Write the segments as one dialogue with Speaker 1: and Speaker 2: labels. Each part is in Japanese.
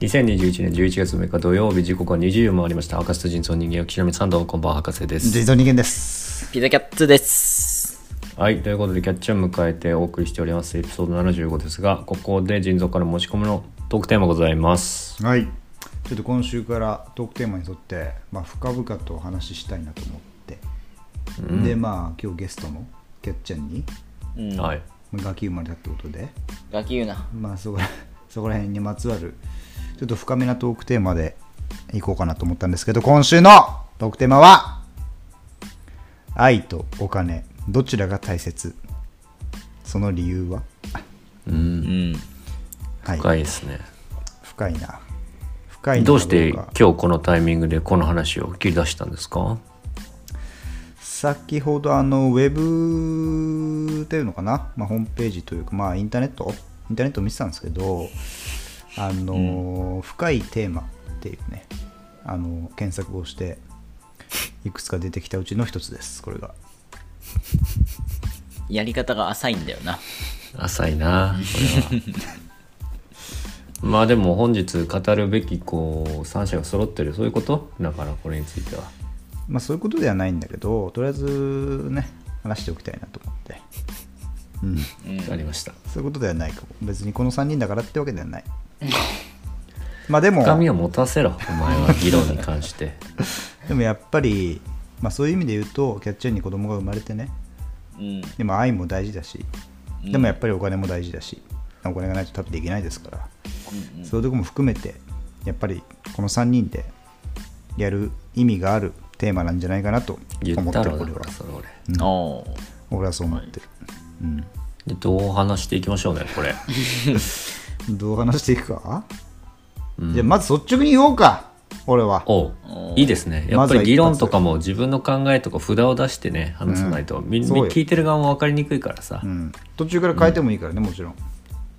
Speaker 1: 2021年11月6日土曜日時刻は20を回りました赤瀬と人造人間を極め三度こんばんは博士で
Speaker 2: 人
Speaker 1: す
Speaker 2: 造人間です。
Speaker 3: ピザキャッツです。
Speaker 1: はいということでキャッチを迎えてお送りしておりますエピソード75ですがここで人造から持ち込みのトークテーマございます
Speaker 2: はい。ちょっと今週からトークテーマに沿って、まあ、深々とお話ししたいなと思って、でまあ今日ゲストのキャッちゃんに
Speaker 3: うん。
Speaker 1: はい
Speaker 2: まあガキ生まれたってことで、
Speaker 3: ガキ言うな。
Speaker 2: まあ、そこら そこら辺にまつわるちょっと深めなトークテーマでいこうかなと思ったんですけど今週のトークテーマは「愛とお金どちらが大切?」その理由は
Speaker 3: うん。
Speaker 2: はい
Speaker 1: 深いですね
Speaker 2: 深いな深いのか
Speaker 1: どうして
Speaker 2: か
Speaker 1: 今日このタイミングでこの話を切り出したんですか
Speaker 2: 先ほどあのウェブっていうのかな、まあ、ホームページというか、まあ、インターネットインターネットを見てたんですけどあの、深いテーマっていうねあの検索をしていくつか出てきたうちの一つですこれが
Speaker 3: やり方が浅いんだよな。
Speaker 1: 浅いなこれはまあでも本日語るべきこう3社が揃ってるそういうことだからこれについては
Speaker 2: まあそういうことではないんだけどとりあえずね話しておきたいなと思って、うん、
Speaker 3: うん。
Speaker 1: ありました
Speaker 2: そういうことではないかも別にこの3人だからってわけではないまあでも
Speaker 1: 深みを持たせろお前は議論に関して
Speaker 2: でもやっぱり、まあ、そういう意味で言うとキャッチャーに子供が生まれてね
Speaker 3: うん。
Speaker 2: でも愛も大事だしでもやっぱりお金も大事だし、お金がないと食べていけないですから、そういうとこも含めてやっぱりこの3人でやる意味があるテーマなんじゃないかなと
Speaker 1: 言
Speaker 2: 思
Speaker 1: っ
Speaker 2: ったてる
Speaker 1: ろ
Speaker 2: 俺
Speaker 1: だ
Speaker 2: は
Speaker 1: からそれ俺
Speaker 3: おー
Speaker 2: 俺はそう思ってる、
Speaker 1: でどう話していきましょうねこ れ
Speaker 2: うん、どう話していくか、じゃあまず率直に言おうか俺は
Speaker 1: おういいですねやっぱり議論とかも自分の考えとか札を出してね話さないと、みんな
Speaker 2: そうよ
Speaker 1: 聞いてる側も分かりにくいからさ
Speaker 2: う、ん、途中から変えてもいいからね、もちろん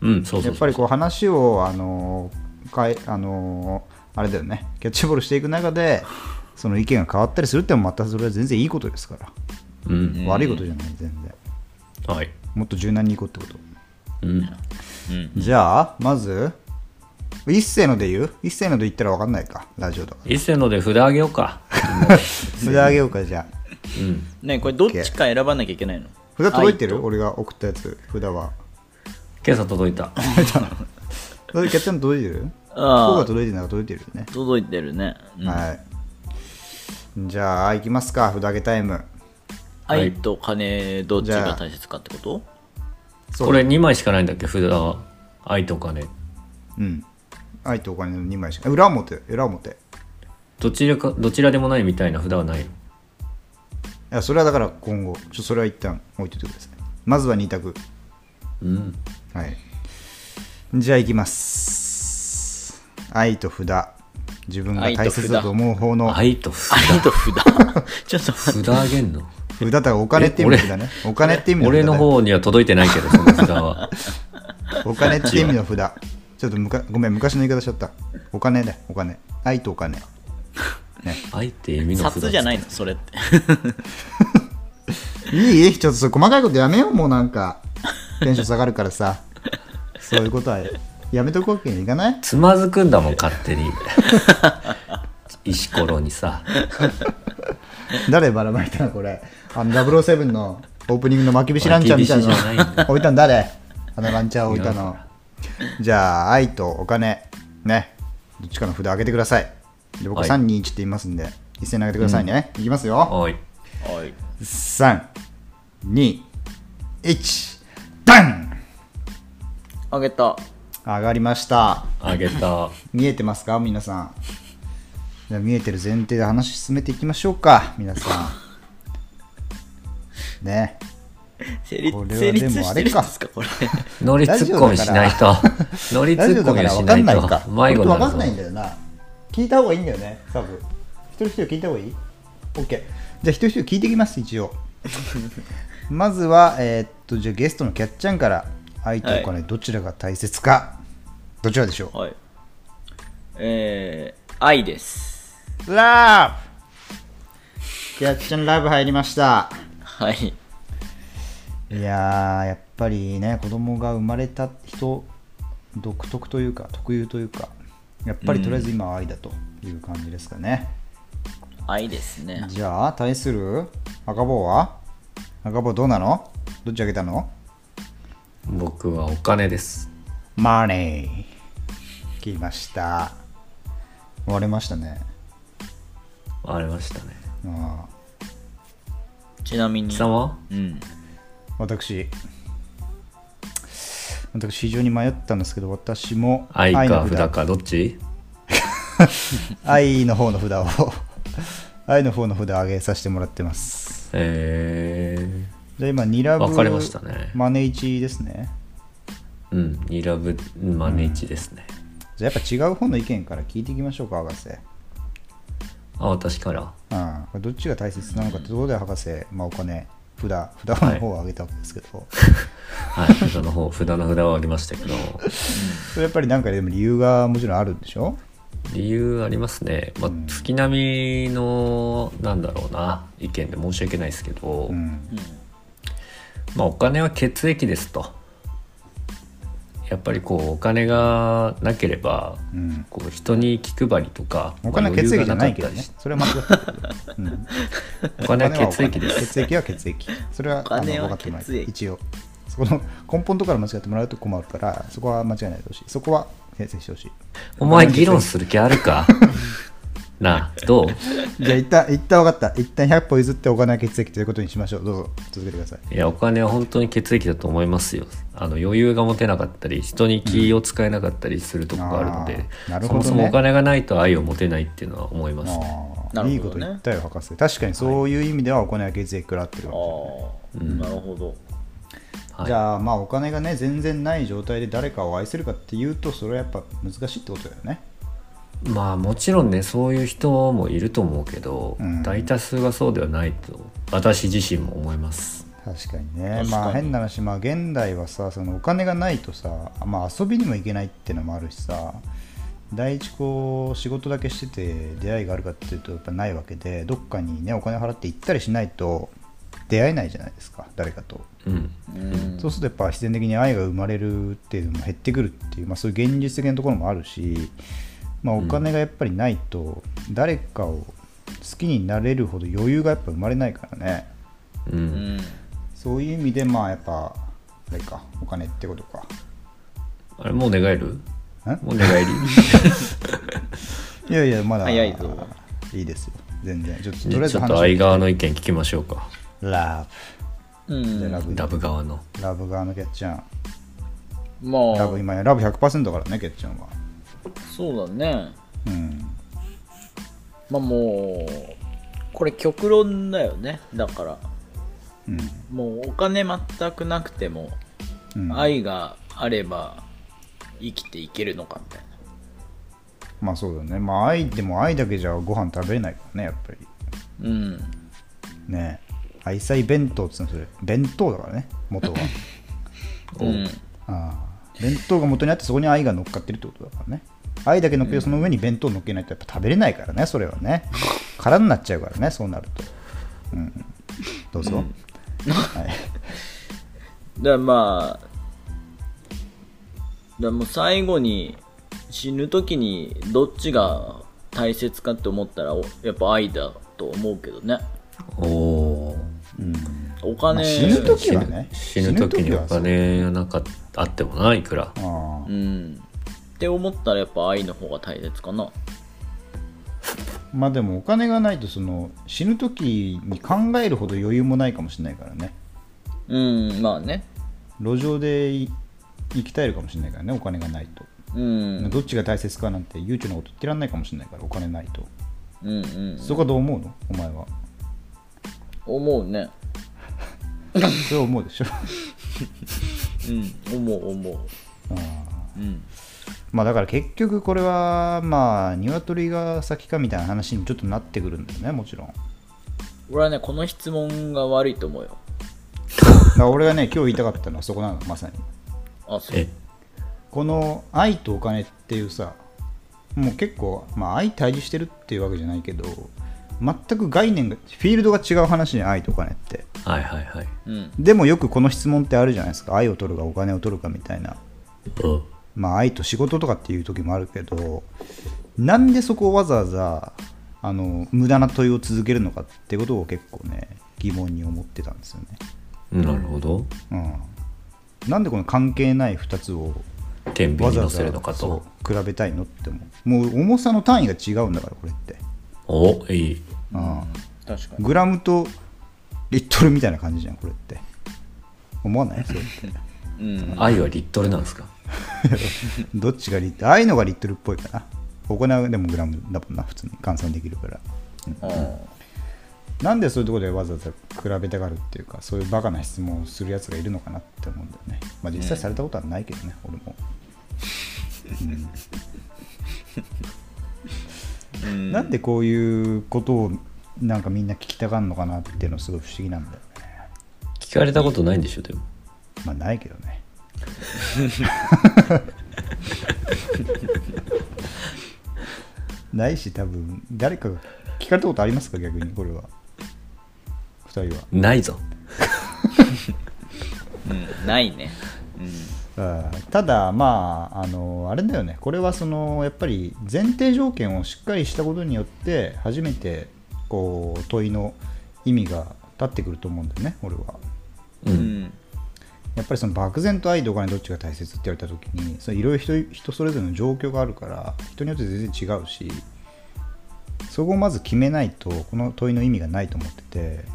Speaker 1: うんそうそ
Speaker 2: や
Speaker 1: う
Speaker 2: っ
Speaker 1: そ
Speaker 2: ぱ
Speaker 1: う
Speaker 2: りこう話をあのかえあのあれだよねキャッチボールしていく中でその意見が変わったりするってのもまたそれは全然いいことですから、
Speaker 1: うん
Speaker 2: 悪いことじゃない全然
Speaker 1: はい、
Speaker 2: もっと柔軟にいこうってこと
Speaker 1: うん、
Speaker 2: じゃあまず一斉ので言う一斉ので言ったら分かんないかラジオとか
Speaker 1: 一斉ので札あげようか
Speaker 2: それであげようかじゃあ
Speaker 1: うん
Speaker 3: ねこれどっちか選ばなきゃいけないの
Speaker 2: 札届いて
Speaker 3: 愛
Speaker 2: る
Speaker 3: と
Speaker 2: 俺が送ったやつ札は
Speaker 1: 今朝届いた
Speaker 2: それキャッチャーの届いてる
Speaker 3: あー
Speaker 2: 僕が届いてるなら届いてるよね、
Speaker 3: 届いてるね。うん
Speaker 2: はいじゃあ行きますか札あげタイム
Speaker 3: 愛と金、どっちが大切かってこと
Speaker 2: そう
Speaker 1: これ2枚しかないんだっけ札は愛とお金
Speaker 2: うん。愛とお金の2枚しか。裏表、裏表。い
Speaker 1: どちらかどちらでもないみたいな札はないの
Speaker 2: や、それはだから今後、ちょそれは一旦置いといてください。まずは2択。
Speaker 1: うん
Speaker 2: はい。じゃあ、いきます。愛と札。自分が大切だと思う方の
Speaker 1: 愛と 札
Speaker 3: 愛と 札ちょっと待って。
Speaker 1: 札あげんの
Speaker 2: 札だからお金って意味の札ね。お金って意味の札、ね。
Speaker 1: 俺の方には届いてないけどその札 は
Speaker 2: お金って意味の札。ちょっとむかごめん、昔の言い方しちゃった。お金だよ、お金。愛とお金。
Speaker 1: 愛って意 味の札
Speaker 3: 札じゃないいのそれって。
Speaker 2: いいちょっとそれ細かいことやめようもうなんかテンション下がるからさそういうことはやめとくわけにはいかない
Speaker 1: つまずくんだもん勝手 に石ころにさ
Speaker 2: 誰ばらまいたのこれあの007のオープニングの巻きびしランチャーみたい
Speaker 1: 巻きびしじゃないん
Speaker 2: なの置いたの誰あのランチャー置いたのじゃあ愛とお金ねどっちかの札上げてくださいで僕
Speaker 1: は
Speaker 2: は
Speaker 1: い
Speaker 2: 321って言いますんで、一斉に上げてくださいね、いきますよ
Speaker 1: おい
Speaker 3: はい。
Speaker 2: 321ダン
Speaker 3: あげた。
Speaker 2: 上がりました
Speaker 1: あげた
Speaker 2: 見えてますか皆さんじゃあ見えてる前提で話進めていきましょうか皆さんね
Speaker 3: 成
Speaker 2: これは
Speaker 3: 立成立
Speaker 2: でも
Speaker 3: し
Speaker 2: あ
Speaker 3: て
Speaker 2: れ
Speaker 3: るん
Speaker 2: か
Speaker 3: ですかこれ。
Speaker 1: ノリツッコミしない とノリツ
Speaker 2: ラジオ
Speaker 1: ッコ
Speaker 2: だか
Speaker 1: ミを
Speaker 2: ら
Speaker 1: し
Speaker 2: 分
Speaker 1: な
Speaker 2: か
Speaker 1: んい
Speaker 2: ない
Speaker 1: と
Speaker 2: か
Speaker 1: 迷
Speaker 2: 本
Speaker 1: 子
Speaker 2: 当
Speaker 1: に
Speaker 2: 分
Speaker 1: な
Speaker 2: か
Speaker 1: る
Speaker 2: んないんだよな聞いた方がいいんだよね多分一人一人聞いた方がいい ?OK じゃあ一人一人聞いていきます一応 まずはえーっとじゃあゲストのキャッチャンから愛とお金どちらが大切か、どちらでしょ
Speaker 3: はい。えー、愛です。
Speaker 2: うラブキャッチャンラブ入りました
Speaker 3: はい。
Speaker 2: いやーやっぱりね子供が生まれた人独特というか特有というかやっぱりとりあえず今は愛だという感じですかね、
Speaker 3: 愛ですね。
Speaker 2: じゃあ対する赤坊は赤坊どうなのどっちあげたの
Speaker 1: 僕はお金です
Speaker 2: マネー来ました割れましたね
Speaker 1: 割れましたね
Speaker 2: ああ
Speaker 3: ちなみに
Speaker 1: 貴。様
Speaker 3: うん。
Speaker 2: 私私非常に迷ったんですけど私も
Speaker 1: 愛か
Speaker 2: の
Speaker 1: 札かどっち
Speaker 2: 愛の方の札を 愛の方の札を上げさせてもらってます
Speaker 1: え
Speaker 2: じゃあ今ニラブ
Speaker 1: 分かれましたね
Speaker 2: マネ1ですね
Speaker 1: ー、うんニラブマネチですね、
Speaker 2: じゃあやっぱ違う方の意見から聞いていきましょうか博士
Speaker 1: あ私から
Speaker 2: うん、これどっちが大切なのかってところで博士、まあ、お金札札の方を上げたわけですけど、
Speaker 1: はい 札の方札の札をあげましたけど
Speaker 2: それやっぱりなんかでも理由がもちろんあるんでしょ
Speaker 1: 理由ありますね、まあ、月並みのなんだろうな意見で申し訳ないですけど、
Speaker 2: うん
Speaker 1: まあ、お金は血液ですとやっぱりこうお金がなければ、
Speaker 2: うん
Speaker 1: こう人に気配りとか
Speaker 2: お金は
Speaker 1: まあ余
Speaker 2: 血液
Speaker 1: 裕
Speaker 2: じゃ
Speaker 1: が
Speaker 2: な
Speaker 1: か
Speaker 2: い
Speaker 1: っ
Speaker 2: けど
Speaker 1: たり
Speaker 2: ね
Speaker 1: し
Speaker 2: それは間違ってる、うん、
Speaker 1: お金は血液です
Speaker 2: 血液は血液それは
Speaker 3: お金は
Speaker 2: あの分かってもらえ
Speaker 3: 血液
Speaker 2: 一応そこの根本とかから間違ってもらうと困るからそこは間違いないでほしいそこは先生してほしい
Speaker 1: お前議論する気ある かなあどう
Speaker 2: じゃあ一旦一旦分かった一旦100歩譲ってお金は血液ということにしましょうどうぞ続けてください
Speaker 1: いやお金は本当に血液だと思いますよあの余裕が持てなかったり人に気を使えなかったりするとこがあるので、
Speaker 2: あーなる
Speaker 1: そ
Speaker 2: ほど
Speaker 1: も
Speaker 2: ね
Speaker 1: そもお金がないと愛を持てないっていうのは思いますね、
Speaker 2: あ
Speaker 3: な
Speaker 2: あ
Speaker 3: るほどね
Speaker 2: いいこと言ったよ博士確かにそういう意味ではお金は血液食らってる
Speaker 3: あ
Speaker 2: わ
Speaker 3: あ
Speaker 2: けだよね、
Speaker 3: ー、なるほど。
Speaker 1: はい
Speaker 2: じゃあまあお金がね全然ない状態で誰かを愛せるかっていうとそれはやっぱ難しいってことだよね
Speaker 1: まあもちろんねそういう人もいると思うけど、
Speaker 2: うん
Speaker 1: 大多数がそうではないと私自身も思います
Speaker 2: 確かにね
Speaker 3: 確かに
Speaker 2: まあ変な話まあ現代はさそのお金がないとさ、まあ、遊びにも行けないっていうのもあるしさ第一こう仕事だけしてて出会いがあるかっていうとやっぱないわけでどっかにねお金払って行ったりしないと出会えないじゃないですか誰かと、
Speaker 1: うん
Speaker 3: うん。
Speaker 2: そうするとやっぱ必然的に愛が生まれるっていうのも減ってくるっていう、まあ、そういう現実的なところもあるし、まあ、お金がやっぱりないと誰かを好きになれるほど余裕がやっぱ生まれないからね
Speaker 1: う
Speaker 3: うんん。
Speaker 2: そういう意味でまあやっぱあれかお金ってことか
Speaker 1: あれもう寝返る
Speaker 2: ん
Speaker 1: もう寝返り
Speaker 2: いやいやまだ
Speaker 3: 早いぞ
Speaker 2: いいですよ全然ちょっとと
Speaker 1: じ
Speaker 2: りあ
Speaker 1: ゃ
Speaker 2: え
Speaker 1: あ
Speaker 2: ず
Speaker 1: ちょっ
Speaker 2: 話
Speaker 1: と
Speaker 2: を
Speaker 1: 愛側の意見聞きましょうか
Speaker 2: ラ
Speaker 3: う
Speaker 2: ブじゃあラ
Speaker 3: ん、
Speaker 2: ブ
Speaker 1: ラブ側の
Speaker 2: ラブ側のキャッチャン
Speaker 3: ま
Speaker 2: ラブ
Speaker 3: あ、
Speaker 2: 今やラブ100%だからねキャッチャンは
Speaker 3: そうだね。
Speaker 2: うん
Speaker 3: まあもう、これ極論だよね。だから、
Speaker 2: うん
Speaker 3: もうお金全くなくても、
Speaker 2: うん
Speaker 3: 愛があれば生きていけるのかみたいな。
Speaker 2: まあそうだねまあ愛でも愛だけじゃご飯食べれないからねやっぱり
Speaker 3: うん。
Speaker 2: ね愛妻弁当っつうのそれ弁当だからね元は
Speaker 3: うん。
Speaker 2: ああ弁当が元にあってそこに愛が乗っかってるってことだからね愛だけ乗っけてその上に弁当乗っけないとやっぱ食べれないからねそれはね空になっちゃうからねそうなると、うん、どうぞ、はい、
Speaker 3: だからまあ、だからもう最後に死ぬ時にどっちが大切かって思ったらおやっぱ愛だと思うけどね。
Speaker 1: おおー
Speaker 3: お
Speaker 2: ま
Speaker 3: 金、
Speaker 2: あ死ぬ時はね
Speaker 1: 死ぬ時にお
Speaker 2: 死ぬ時はそう
Speaker 1: 金がなかっあってもないくら
Speaker 2: あ
Speaker 3: うん。って思ったらやっぱ愛の方が大切かな。
Speaker 2: あまあでもお金がないとその死ぬ時に考えるほど余裕もないかもしれないからね
Speaker 3: うん、まあね。
Speaker 2: 路上でい生き絶えるかもしれないからねお金がないと、
Speaker 3: うん。
Speaker 2: どっちが大切かなんて悠長なこと言ってらんないかもしれないからお金ないと、
Speaker 3: うんうん。
Speaker 2: そこはどう思うのお前は
Speaker 3: 思うね。
Speaker 2: それは思うでしょ
Speaker 3: うん。思う思う。
Speaker 2: ああ
Speaker 3: うん。
Speaker 2: まあだから結局これはまあ鶏が先かみたいな話にちょっとなってくるんだよねもちろんだか
Speaker 3: 俺はね、この質問が悪いと思うよ。
Speaker 2: ら俺がね今日言いたかったのはそこなのまさに
Speaker 3: あ、そう。
Speaker 1: え
Speaker 2: この愛とお金っていうさもう結構まあ愛対峙してるっていうわけじゃないけど全く概念がフィールドが違う話じゃん愛とお金って
Speaker 1: はいはいはい
Speaker 3: うん。
Speaker 2: でもよくこの質問ってあるじゃないですか愛を取るかお金を取るかみたいな
Speaker 1: う
Speaker 2: まあ、愛と仕事とかっていう時もあるけどなんでそこをわざわざあの無駄な問いを続けるのかってことを結構ね疑問に思ってたんですよね。
Speaker 1: なるほど
Speaker 2: うん、なんでこの関係ない2つを
Speaker 1: 天秤
Speaker 2: わ
Speaker 1: に
Speaker 2: ざわ
Speaker 1: 乗
Speaker 2: ざ
Speaker 1: せるのかと
Speaker 2: そう比べたいのってもうもう重さの単位が違うんだからこれって、
Speaker 1: おいい
Speaker 2: うん
Speaker 3: 確かに
Speaker 2: グラムとリットルみたいな感じじゃんこれって思わないそれって
Speaker 3: うん
Speaker 1: 愛はリットルなんですか
Speaker 2: どっちがリットルああいうのがリットルっぽいかな行うでもグラムだもんな普通に換算できるから、うん
Speaker 3: あー
Speaker 2: なんでそういうところでわざわざ比べたがるっていうかそういうバカな質問をするやつがいるのかなって思うんだよねまあ実際されたことはないけどね、俺も、
Speaker 3: うん
Speaker 2: なんでこういうことをなんかみんな聞きたがるのかなっていうのすごい不思議なんだよね
Speaker 1: 聞かれたことないんでしょでも
Speaker 2: まあないけどねないし多分誰かが聞かれたことありますか逆にこれは2人は
Speaker 1: ないぞ
Speaker 3: うんないね
Speaker 2: うんただまああのあれだよねこれはそのやっぱり前提条件をしっかりしたことによって初めてこう問いの意味が立ってくると思うんだよね俺は
Speaker 1: う
Speaker 3: うんうんん
Speaker 2: やっぱりその漠然と愛とお金どっちが大切って言われた時にそのいろいろ人人それぞれの状況があるから人によって全然違うしそこをまず決めないとこの問いの意味がないと思ってて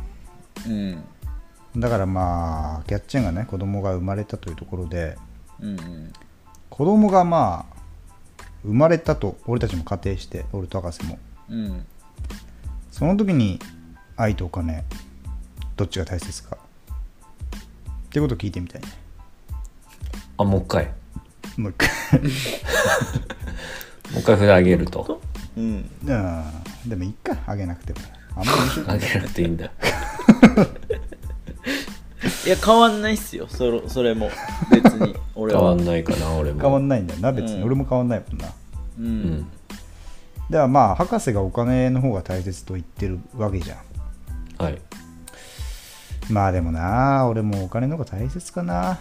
Speaker 3: うん
Speaker 2: だからまあキャッチェンがね子供が生まれたというところで
Speaker 3: うんうん
Speaker 2: 子供がまあ生まれたと俺たちも仮定して俺と博士も
Speaker 3: うん
Speaker 2: その時に愛とお金どっちが大切かってことを聞いてみたいね
Speaker 1: あもう一回も
Speaker 2: もう一回
Speaker 1: う一回札あげると
Speaker 3: うん
Speaker 2: うんでもいいかあげなくてもあんまり面白くな
Speaker 1: あ
Speaker 2: い
Speaker 1: げなくていいん だ
Speaker 3: いや変わんないっすよそれそれも別 に俺
Speaker 1: 変
Speaker 3: は
Speaker 1: わんないかな俺も
Speaker 2: 変わんないんだよな別に、
Speaker 3: うん
Speaker 2: 俺も変わんないもんな
Speaker 3: う
Speaker 1: うんん
Speaker 2: ではまあ博士がお金の方が大切と言ってるわけじゃん
Speaker 1: はい
Speaker 2: まあでもな俺もお金の方が大切かな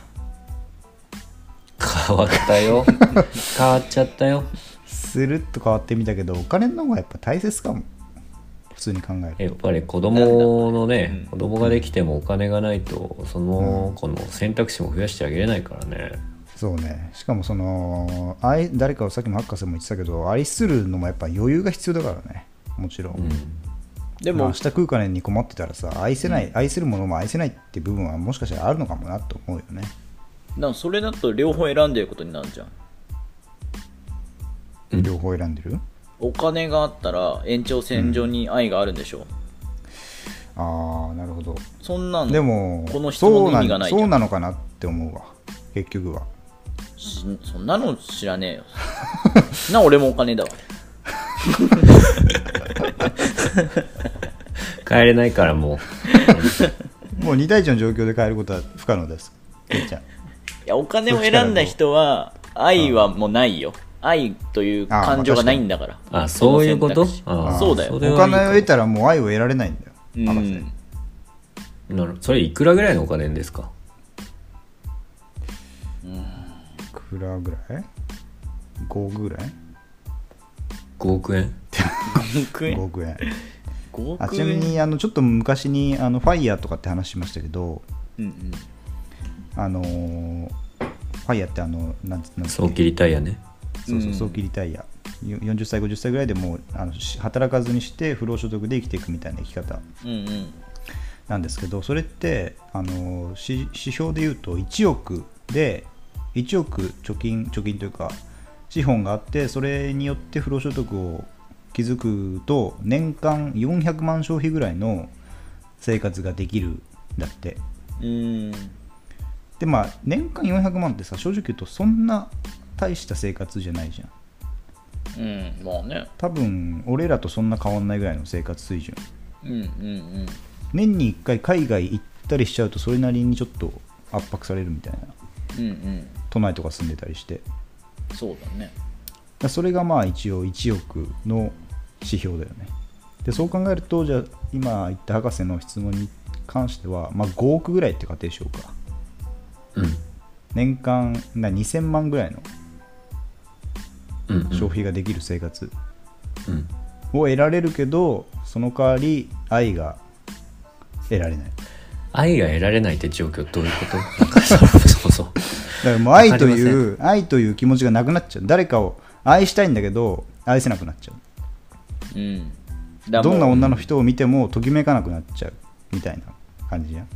Speaker 1: 変わったよ 変わっちゃったよ
Speaker 2: スルッと変わってみたけどお金の方がやっぱ大切かも普通に考える
Speaker 1: やっぱり子供のね、
Speaker 3: う
Speaker 1: 子
Speaker 3: ん
Speaker 1: 供ができてもお金がないとその子の選択肢も増やしてあげれないからね
Speaker 2: そうねしかもその愛誰かをさっきも博士も言ってたけど愛するのもやっぱ余裕が必要だからねもちろん、
Speaker 1: うん
Speaker 3: で
Speaker 2: まあ
Speaker 3: も
Speaker 2: 明日食う金に困ってたらさ愛せない、愛するものも愛せないって部分はもしかしたらあるのかもなと思うよね
Speaker 3: なんかそれだと両方選んでることになるじゃん
Speaker 1: うん
Speaker 2: 両方選んでる
Speaker 3: お金があったら延長線上に愛があるんでしょ、
Speaker 2: ああなるほど
Speaker 3: そんなの
Speaker 2: でも
Speaker 3: この質問の意味がないじゃ
Speaker 2: そう
Speaker 3: ん
Speaker 2: なそうなのかなって思うわ結局は
Speaker 3: しそんなの知らねえよ な俺もお金 だわ
Speaker 1: 変えれないからも
Speaker 2: もう2対1の状況で変えることは不可能ですけいちゃん
Speaker 3: いやお金を選んだ人は愛はもうないよ愛という感情がないんだから
Speaker 1: あまあ確かにあそういうこと
Speaker 3: の選択肢
Speaker 1: あー
Speaker 3: そうだ
Speaker 1: そ
Speaker 3: よ
Speaker 1: れはいい
Speaker 2: お金を得たらもう愛を得られないんだよ
Speaker 3: うん
Speaker 2: 博士
Speaker 1: うなるそれいくらぐらいのお金ですか
Speaker 2: いくらぐらい ?5 ぐらい
Speaker 1: 5億円
Speaker 3: 5億
Speaker 2: 5
Speaker 3: 円
Speaker 2: 億円
Speaker 3: 5
Speaker 2: あ
Speaker 3: 億
Speaker 2: ちなみ
Speaker 3: 円
Speaker 2: にあのちょっと昔にあのファイヤーとかって話しましたけど
Speaker 3: うんうん
Speaker 2: あのーファイヤーってあのなんつなんつ
Speaker 1: 早期リタイアね
Speaker 2: そうそう
Speaker 3: うん
Speaker 2: 早期リタイアよ40歳50歳ぐらいでもうあのし働かずにして不労所得で生きていくみたいな生き方
Speaker 3: うんうん
Speaker 2: なんですけどそれってあのし指標でいうと1億で1億貯金貯金というか資本があってそれによって不労所得を築くと年間400万消費ぐらいの生活ができるんだって
Speaker 3: うん
Speaker 2: でまあ年間400万ってさ正直言うとそんな大した生活じゃないじゃん
Speaker 3: うんまあね
Speaker 2: 多分俺らとそんな変わんないぐらいの生活水準
Speaker 3: うんうん
Speaker 2: 年に1回海外行ったりしちゃうとそれなりにちょっと圧迫されるみたいな
Speaker 3: うんうんうん
Speaker 2: 都内とか住んでたりしてだか
Speaker 3: そうだね
Speaker 2: らそれがまあ一応1億の指標だよねでそう考えるとじゃあ今言った博士の質問に関しては、まあ、5億ぐらいって仮定しようか
Speaker 1: うん
Speaker 2: 年間な2000万ぐらいの消費ができる生活
Speaker 1: うん
Speaker 2: を得られるけどその代わり愛が得られない
Speaker 1: 愛が得られないって状況どういうことなんか そもそもそう
Speaker 2: だからもう愛とい
Speaker 1: わ
Speaker 2: う愛という気持ちがなくなっちゃう誰かを愛したいんだけど愛せなくなっちゃう
Speaker 3: うんだから
Speaker 2: ど
Speaker 3: もうん
Speaker 2: な女の人を見てもときめかなくなっちゃうみたいな感じじゃん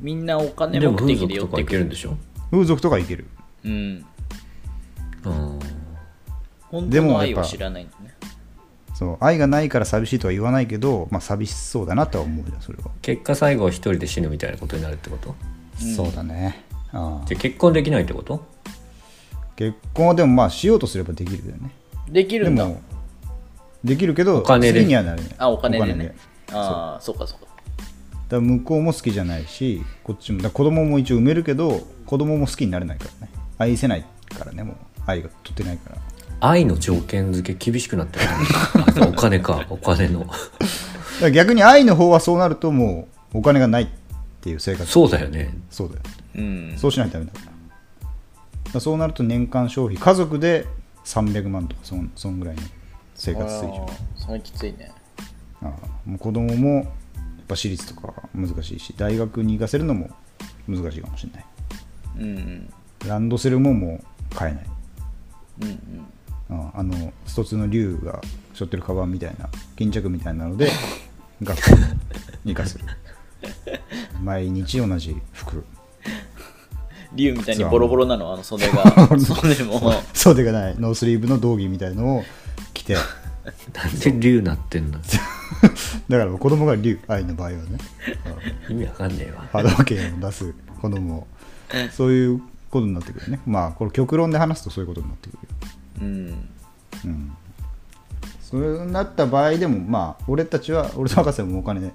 Speaker 3: みんなお金
Speaker 1: でも
Speaker 3: 目
Speaker 1: 風
Speaker 3: 的
Speaker 1: 俗
Speaker 3: で寄
Speaker 1: と
Speaker 3: っ
Speaker 1: か
Speaker 3: て
Speaker 1: い
Speaker 3: く
Speaker 1: けるんで
Speaker 3: る
Speaker 1: しょ
Speaker 2: 風俗とかいける
Speaker 3: うん
Speaker 1: うん
Speaker 3: 本
Speaker 2: で
Speaker 3: 当
Speaker 2: もやっ
Speaker 3: の
Speaker 2: ぱ
Speaker 3: 愛を知らないんだね
Speaker 2: そう愛がないから寂しいとは言わないけど、まあ、寂しそうだなとは思うじゃんそれは、
Speaker 1: 結果最後一人で死ぬみたいなことになるってこと
Speaker 2: そうだねああ
Speaker 1: じゃあ結婚できないってこと
Speaker 2: 結婚はでもまあしようとすればできるよね
Speaker 3: でき
Speaker 2: で
Speaker 3: るんだ
Speaker 2: もできるけど
Speaker 1: お金で
Speaker 2: 好きにはなれない
Speaker 3: あお金で
Speaker 2: お
Speaker 3: ねああそっかそっか
Speaker 2: だから向こうも好きじゃないしこっちもだから子供も一応産めるけど子供も好きになれないからね愛せないからねもう愛がとってないから
Speaker 1: 愛の条件付け厳しくなって るあお金かお金の
Speaker 2: だから逆に愛の方はそうなるともうお金がないっていう生活
Speaker 1: そうだよね
Speaker 2: そうだよ
Speaker 3: うん
Speaker 2: そうしないとダメだからだからそうなると年間消費家族で300万とかそんそんぐらいの生活水準
Speaker 3: あーそれきついね
Speaker 2: ああもう子供もやっぱ私立とか難しいし大学に行かせるのも難しいかもしれない
Speaker 3: うん
Speaker 2: ランドセルももう買えない
Speaker 3: うんうん
Speaker 2: ああのストツの竜が背負ってるカバンみたいな巾着みたいな ので学校に行かせる毎日同じ服
Speaker 3: 竜みたいにボロボロなのあの袖 が袖も
Speaker 2: 袖がないノースリーブの道着みたいのを着てだか
Speaker 1: なんで竜なってんの
Speaker 2: らもう子供が竜愛の場合はね
Speaker 1: 意味わかんねえわ
Speaker 2: 波動拳を出す子供をそういうことになってくるねまあこれ極論で話すとそういうことになってくるよ
Speaker 3: うん
Speaker 2: うんそうなった場合でもまあ俺たちは俺と博士もお金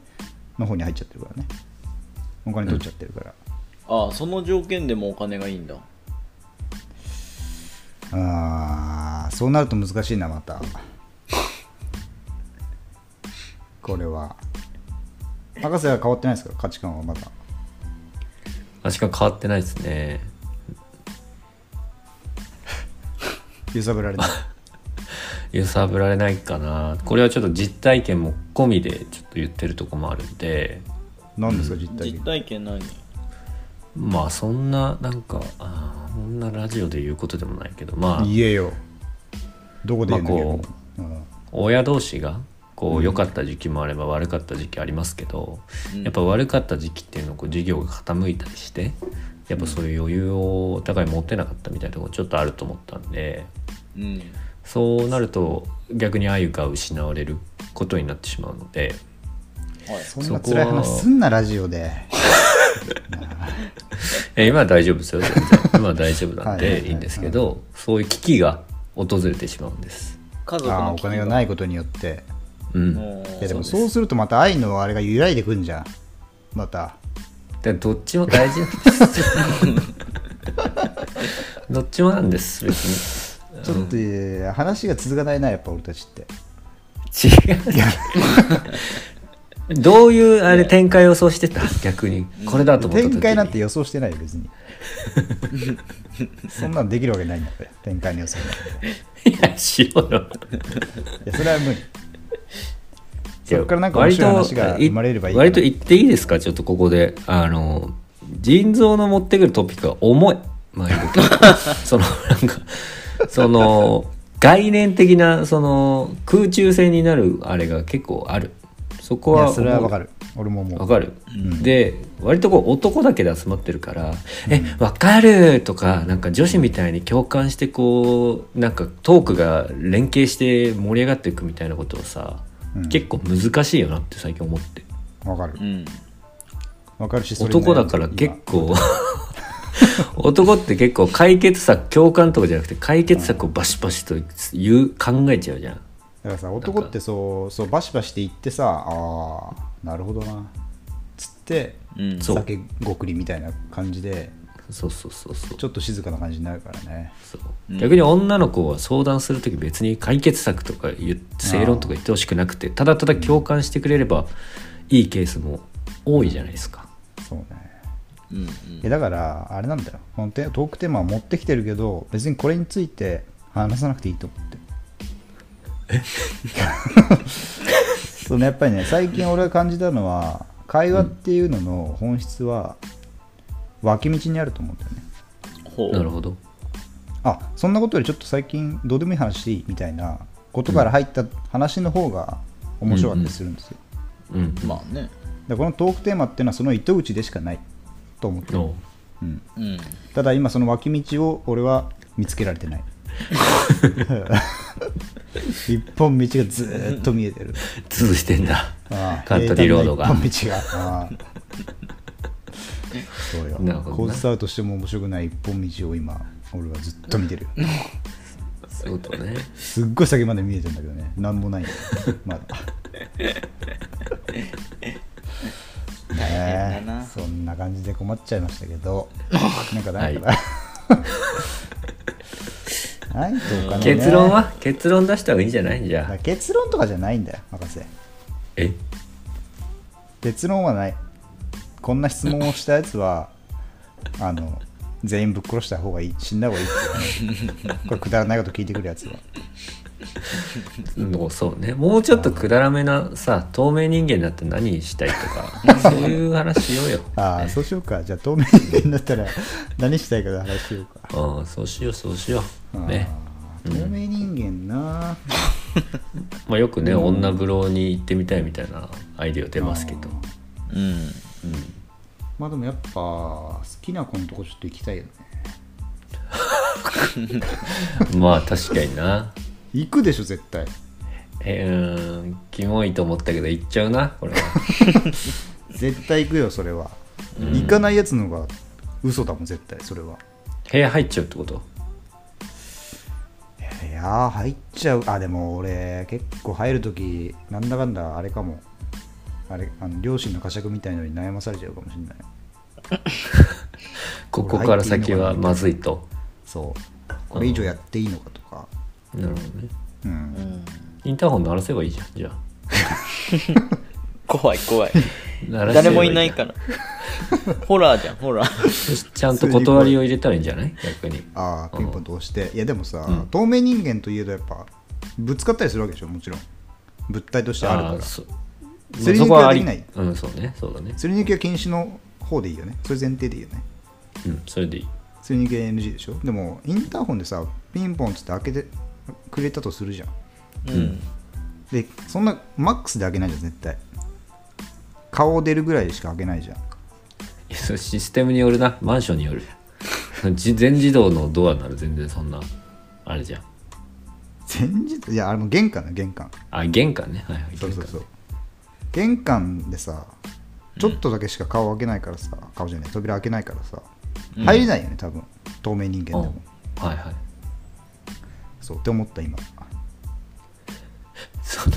Speaker 2: の方に入っちゃってるからねお金取っちゃってるから、
Speaker 3: ああその条件でもお金がいいんだ
Speaker 2: あーそうなると難しいなまたこれは博士は変わってないですか価値観はまだ
Speaker 1: 確か変わってないですね
Speaker 2: 揺さぶられない
Speaker 1: 揺さぶられないかなこれはちょっと実体験も込みでちょっと言ってるとこもあるんで
Speaker 2: 何ですか実体
Speaker 3: 実
Speaker 2: 験
Speaker 3: 体験何
Speaker 1: まあそんななんかあーこんなラジオで言うことでもないけどまあ
Speaker 2: 言えよどこで言うの
Speaker 1: まあこ
Speaker 2: 逆にうん
Speaker 1: 親同士がこう良かった時期もあれば悪かった時期ありますけど、
Speaker 3: うん
Speaker 1: やっぱ悪かった時期っていうのはこう事業が傾いたりしてやっぱそういう余裕をお互い持ってなかったみたいなところちょっとあると思ったんで
Speaker 3: うん
Speaker 1: そうなると逆に愛が失われることになってしまうので
Speaker 3: はい
Speaker 2: そんな辛い話すんなラジオで
Speaker 1: え今は大丈夫ですよ 全然今は大丈夫なん
Speaker 2: はいはいは
Speaker 1: で
Speaker 2: い
Speaker 1: いいんですけどそういう危機が訪れてしまうんです。
Speaker 3: 家族
Speaker 2: あー
Speaker 3: の
Speaker 2: お
Speaker 3: 危機
Speaker 2: 金がないことによって
Speaker 1: うん、
Speaker 3: もう
Speaker 2: いやでも
Speaker 1: そうです
Speaker 2: そうするとまた愛のあれが揺らいでくんじゃんまた
Speaker 1: でどっちも大事なんです どっちもなんです別に。
Speaker 2: ちょっとえー話が続かないなやっぱ俺たちって
Speaker 1: 違うどういうあれ展開を予想してた逆にこれだと思った時に
Speaker 2: 展開なんて予想してないよ別 にそんなのできるわけないんだから展開の予想なんて
Speaker 1: いやしろよ
Speaker 2: いやそれは無理そっからなんか面
Speaker 1: 割
Speaker 2: 白
Speaker 1: と
Speaker 2: い話が生まれればいいかな
Speaker 1: 割と言っていいですかちょっとここであの腎臓の持ってくるトピックが重い前向き そのなんかその概念的なその空中戦になるあれが結構あるそこ
Speaker 2: い
Speaker 1: は
Speaker 2: やそれは
Speaker 1: 思う
Speaker 2: わかる俺も
Speaker 1: わ
Speaker 2: もう
Speaker 1: かる、で割とこう男だけで集まってるから「えわかる!」とかなんか女子みたいに共感してこうなんかトークが連携して盛り上がっていくみたいなことをさ、
Speaker 2: うん
Speaker 1: 結構難しいよなって最近思って
Speaker 2: わかる
Speaker 3: うん
Speaker 2: わかるしそれ
Speaker 1: 男だから結構 男って結構解決策共感とかじゃなくて解決策をバシバシと言う考えちゃうじゃん
Speaker 2: だからさ男ってそうそうバシバシって言ってさああなるほどなつって
Speaker 3: うん
Speaker 1: そう
Speaker 2: 酒ごくりみたいな感じで
Speaker 1: そうそうそうそう
Speaker 2: ちょっと静かな感じになるからね
Speaker 1: そう
Speaker 3: うん
Speaker 1: 逆に女の子は相談する時別に解決策とか言っ正論とか言ってほしくなくてただただ共感してくれればいいケースも多いじゃないですか。
Speaker 2: そうね
Speaker 3: うん
Speaker 2: えだからあれなんだよこのテトークテーマは持ってきてるけど別にこれについて話さなくていいと思って。 そのやっぱりね最近俺が感じたのは会話っていうのの本質は脇道にあると思うんだよね。
Speaker 3: ほう
Speaker 1: なるほど
Speaker 2: あそんなことよりちょっと最近どうでもいい話でいいみたいなことから入った話の方が面白かったりするんですよ。
Speaker 1: うん
Speaker 3: まあね
Speaker 2: だからこのトークテーマっていうのはその糸口でしかないと思ってる、
Speaker 1: おう
Speaker 2: うん、
Speaker 3: うん
Speaker 2: ただ今その脇道を俺は見つけられ てない一本道がずーっと見えてる
Speaker 1: 続いてんだ
Speaker 2: ああ
Speaker 1: カントリーロードが
Speaker 2: 平坦な一本道が ああそうよ
Speaker 1: なるほどね
Speaker 2: コースアウトしても面白くない一本道を今俺はずっと見てるよ
Speaker 1: そういうことね
Speaker 2: すっごい先まで見えてんだけどねなんもないんだよまだね
Speaker 3: 変だな
Speaker 2: えそんな感じで困っちゃいましたけどなんか
Speaker 1: は
Speaker 2: ない
Speaker 1: い
Speaker 2: かな、 ないとお金ね
Speaker 1: 結論は結論出した方がいいんじゃないじ
Speaker 2: だか
Speaker 1: ゃ
Speaker 2: ら
Speaker 1: あ
Speaker 2: 結論とかじゃないんだよ博士
Speaker 1: え
Speaker 2: 結論はないこんな質問をしたやつはあの全員ぶっ殺した方がいい死んだ方がいいっていうねこれくだらないこと聞いてくるやつは
Speaker 1: もうそうねもうちょっとくだらめなさ透明人間になって何したいとかそういう話しようよ
Speaker 2: ああそうしようかじゃあ透明人間になったら 何したいかで話しようか
Speaker 1: ああそうしようそうしようね
Speaker 2: あー透明人間な、
Speaker 1: まあよくね女風呂に行ってみたいみたいなアイディア出ますけど
Speaker 3: うん
Speaker 2: まあでもやっぱ好きな子のとこちょっと行きたいよね
Speaker 1: まあ確かにな
Speaker 2: 行くでしょ絶対
Speaker 1: えーうんキモいと思ったけど行っちゃうなこれは
Speaker 2: 絶対行くよそれは、行かないやつの方が嘘だもん絶対それは
Speaker 1: 部屋入っちゃうってこと
Speaker 2: いやー入っちゃうあでも俺結構入るときなんだかんだあれかもあれあの両親の呵責みたいのに悩まされちゃうかもしれない
Speaker 1: ここから先はまずいと
Speaker 2: そうこれ以上やっていいのかとか
Speaker 1: なるほどね
Speaker 2: うん
Speaker 1: インターホン鳴らせばいいじゃんじゃあ
Speaker 3: 怖い怖い
Speaker 1: 鳴らせば
Speaker 3: 誰もいないからホラーじゃんホラー
Speaker 1: そしてちゃんと断りを入れたらいいんじゃない逆に
Speaker 2: ああピンポンと押していやでもさ、
Speaker 1: うん
Speaker 2: 透明人間といえどやっぱぶつかったりするわけでしょもちろん物体としてあるか
Speaker 1: ー
Speaker 2: ら
Speaker 1: そ
Speaker 2: すり
Speaker 1: そ
Speaker 2: 抜き
Speaker 1: こ
Speaker 2: は
Speaker 1: はあ
Speaker 2: で
Speaker 1: り
Speaker 2: きない
Speaker 1: うんそうねそうだね
Speaker 2: すり抜きは禁止の方でいいよねそれ前提でいいよね
Speaker 1: うんそれでいい
Speaker 2: すり抜きは NG でしょでもインターホンでさピンポンっつって開けてくれたとするじゃん
Speaker 3: うん
Speaker 2: でそんなマックスで開けないじゃん絶対顔出るぐらいでしか開けないじゃん
Speaker 1: いやそれシステムによるなマンションによる じ全自動のドアなら全然そんなあれじゃん
Speaker 2: 全日いやあの玄関だ玄関
Speaker 1: あ玄関ねはいはい
Speaker 2: そう
Speaker 1: 玄
Speaker 2: そう
Speaker 1: 関
Speaker 2: そう玄関でさちょっとだけしか顔開けないからさ、顔じゃない扉開けないからさ入れないよね多分透明人間でも、
Speaker 1: うんはいはい
Speaker 2: そうって思った今
Speaker 1: その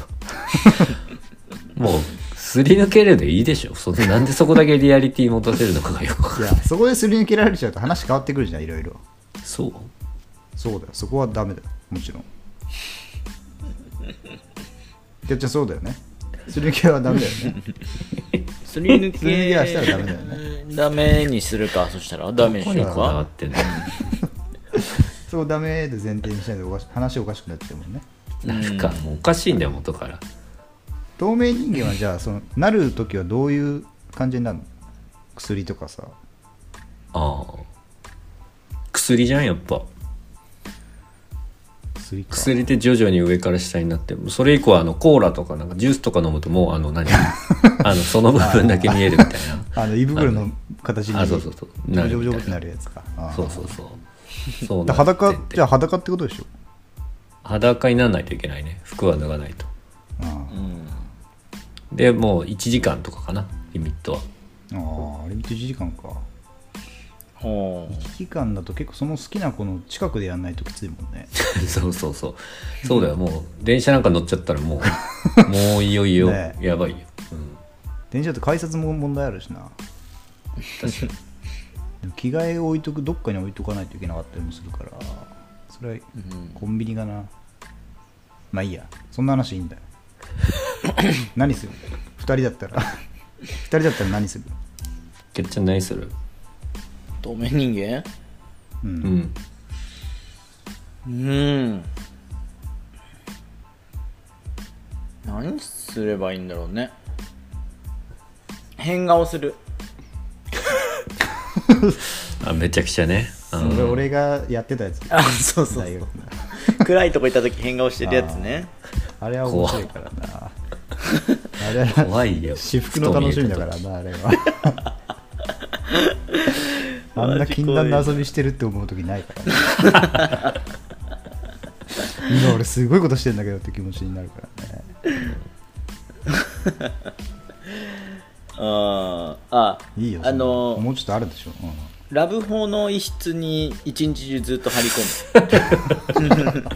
Speaker 1: もうすり抜けるでいいでしょそのなんでそこだけリアリティ持たせるのかがよくわかん
Speaker 2: い
Speaker 1: ない
Speaker 2: やそこですり抜けられちゃうと話変わってくるじゃんいろいろ
Speaker 1: そう
Speaker 2: そうだよそこはダメだよもちろんてっちゃんそうだよねすり抜けはダメだよ ね
Speaker 3: すり抜
Speaker 2: すり抜けはしたら
Speaker 3: け
Speaker 2: ダメだよね
Speaker 3: ダメにするかそしたらダメに
Speaker 1: こ
Speaker 3: し
Speaker 1: に
Speaker 3: よう
Speaker 1: こだわ
Speaker 3: か
Speaker 1: ってね
Speaker 2: そこダメで前提にしないとおかし話おかしくなっちゃうもんね
Speaker 1: なんかもうおかしいんだよ元から
Speaker 2: 透明人間はじゃあそのなる時はどういう感じになるの薬とかさ
Speaker 1: ああ薬じゃんやっぱ
Speaker 2: 薬か
Speaker 1: 薬って徐々に上から下になってそれ以降はあのコーラとかなんかジュースとか飲むともうあの 何あのその部分だけ見えるみたい
Speaker 2: あの胃袋の形に
Speaker 1: あそうそうそう
Speaker 2: ジョブジョブジョ
Speaker 1: なるみたいな
Speaker 2: ブってなるやつかあ
Speaker 1: な
Speaker 2: ー
Speaker 1: そうそうそうそう
Speaker 2: だ
Speaker 1: な
Speaker 2: か
Speaker 1: んだ
Speaker 2: ら裸じゃあ裸ってことでしょ
Speaker 1: 裸にならないといけないね服は脱がないと
Speaker 2: あ
Speaker 3: う
Speaker 2: ー
Speaker 3: ん
Speaker 1: でもう1時間とかかなリミットは
Speaker 2: あーリミット1時間か
Speaker 3: ほう
Speaker 2: 1時間だと結構その好きな子の近くでやんないときついも んね
Speaker 1: そうそうそうそうだよもう電車なんか乗っちゃったらも うもういよいよ
Speaker 2: ね
Speaker 1: やばいよ、うん、
Speaker 2: 電車だと改札も問題あるしなでも着替えを置いとくどっかに置いとかないといけなかったりもするからそれはコンビニかな、まあいいやそんな話いい んだよ何する2人だったら2人だったら何する
Speaker 1: てっちゃん何する
Speaker 3: 透明人間
Speaker 2: うん、
Speaker 1: うん
Speaker 3: うん何すればいいんだろうね変顔する
Speaker 1: あめちゃくちゃね、う
Speaker 2: それ
Speaker 1: ん、
Speaker 2: 俺がやってたやつ
Speaker 3: あそうそう
Speaker 2: 大学の
Speaker 3: 暗いとこ行った時変顔してるやつね
Speaker 2: あれは面白いからなあれは
Speaker 1: 怖いよ
Speaker 2: 私服の楽しみだからなあれは あんな禁断の遊びしてるって思う時ないからね 今俺すごいことしてんだけどって気持ちになるからね
Speaker 3: あーあ
Speaker 2: いいよそ
Speaker 3: あ
Speaker 2: んな
Speaker 3: の
Speaker 2: もうちょっとあるでしょ、うん
Speaker 3: ラブホの一室に一日中ずっと張り込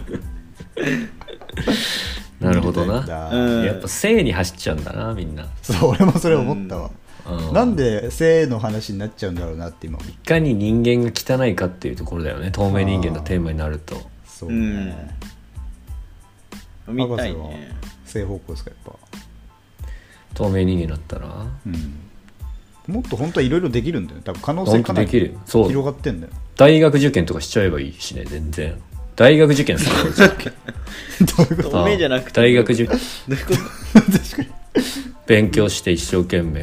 Speaker 1: なるほど
Speaker 2: みたい
Speaker 1: な、
Speaker 3: む、うん、
Speaker 1: やっぱ性に走っちゃうんだなみんな、
Speaker 2: そう俺もそれ思ったわ、
Speaker 1: うん、
Speaker 2: なんで性の話になっちゃうんだろうなって今思った
Speaker 1: いかに人間が汚いかっていうところだよね透明人間のテーマになると
Speaker 2: そうね、
Speaker 3: 見たい
Speaker 2: 博士
Speaker 3: ね
Speaker 2: は正方向ですかやっぱ
Speaker 1: 透明人間になったら
Speaker 2: うんもっと本当はいろいろできるんだよ多分可能性
Speaker 1: 本
Speaker 2: か
Speaker 1: 当
Speaker 2: な
Speaker 1: で
Speaker 2: り
Speaker 1: きるよそう
Speaker 2: 広がってんだよ
Speaker 1: 大学受験とかしちゃえばいいしね全然大学受験する
Speaker 2: どういうこと
Speaker 3: 透明じゃなくて
Speaker 1: 大学受験
Speaker 3: どういうこと
Speaker 1: 勉強して一生懸命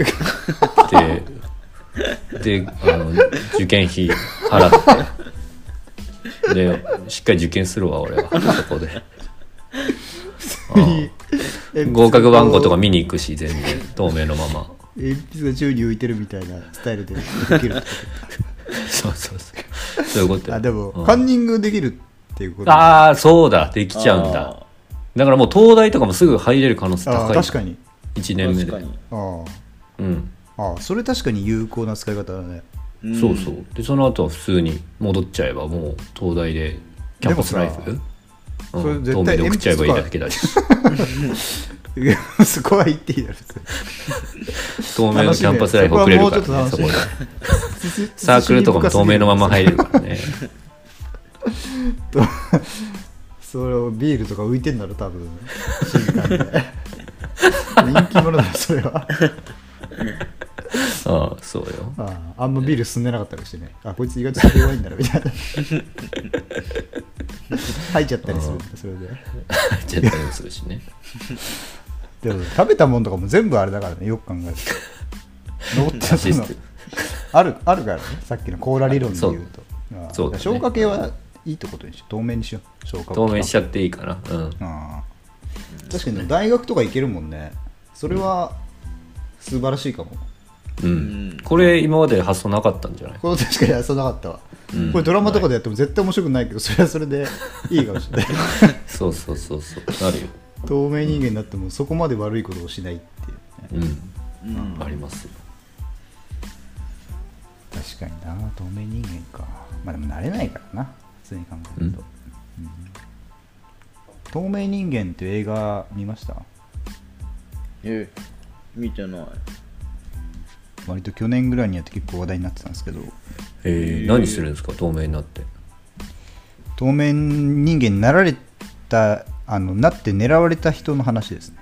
Speaker 1: でであの受験費払ってでしっかり受験するわ俺はそこで うん
Speaker 2: え
Speaker 1: 合格番号とか見に行くし全然透明のまま
Speaker 2: 鉛筆が宙に浮いてるみたいなスタイルでできるってこ
Speaker 1: そうそうそうそういうこと
Speaker 2: と
Speaker 1: よ
Speaker 2: あでも、
Speaker 1: うん
Speaker 2: カンニングできるっていうことあ
Speaker 1: ああそうだできちゃうんだだからもう東大とかもすぐ入れる可能性
Speaker 2: あ
Speaker 1: 高い
Speaker 2: 確かに
Speaker 1: 1年
Speaker 3: あー
Speaker 1: 目
Speaker 3: 確
Speaker 1: で
Speaker 3: かに、
Speaker 2: あ
Speaker 1: うん
Speaker 2: あああそれ確かに有効な使い方だね
Speaker 3: ん
Speaker 1: そうそうでその後は普通に戻っちゃえばもう東大でキャンパスライ
Speaker 2: で
Speaker 1: フう
Speaker 2: もそれ
Speaker 1: ん、
Speaker 2: 絶
Speaker 1: 透
Speaker 2: 対
Speaker 1: 明で送っちゃえばいいだけだし
Speaker 2: いやそこは言っていいだろ別に
Speaker 1: 透明のキャンパスライフ送れるからね
Speaker 2: 楽
Speaker 1: そ
Speaker 2: し
Speaker 1: こで
Speaker 2: みだよそこは
Speaker 1: サークルとかも透明のまま入れるからね
Speaker 2: それをビールとか浮いてんだろ多分新刊で 人気者だよそれは
Speaker 1: ああそうよ
Speaker 2: あああんまビール進んでなかったりしてねあこいつ意外と酒弱いんだなみたいな 吐いちゃったりするんだそれで
Speaker 1: 絶対にするしね
Speaker 2: でも食べたもんとかも全部あれだからねよく考 えると残ってそ
Speaker 1: シス
Speaker 2: の
Speaker 1: テム
Speaker 2: あるあるからねさっきのコーラ理論で言うとああ
Speaker 1: そうだね
Speaker 2: 消化系はいいってことにしよう透明にしよう消化
Speaker 1: 透明しちゃ
Speaker 2: う
Speaker 1: っていいかなうん
Speaker 2: ああ確かにでも大学とか行けるもんねそれは素晴らしいかも
Speaker 1: うん、
Speaker 3: ん
Speaker 1: これ今まで発想なかったんじゃない
Speaker 2: これ確かに遊んなかったわ、これドラマとかでやっても絶対面白くないけどそれはそれでいいかもしれない
Speaker 1: そうそうそうそうなるよ
Speaker 2: 透明人間になってもそこまで悪いことをしないっていうね
Speaker 1: うん、ありますよ
Speaker 2: 確かにな透明人間かまあでも慣れないからな普通に考えると、うん透明人間っていう映画見ました
Speaker 3: え見てない
Speaker 2: 割と去年ぐらいにやって結構話題になってたんですけど
Speaker 1: えー、何するんですか透明になって
Speaker 2: 透明人間になられたあのなって狙われた人の話ですね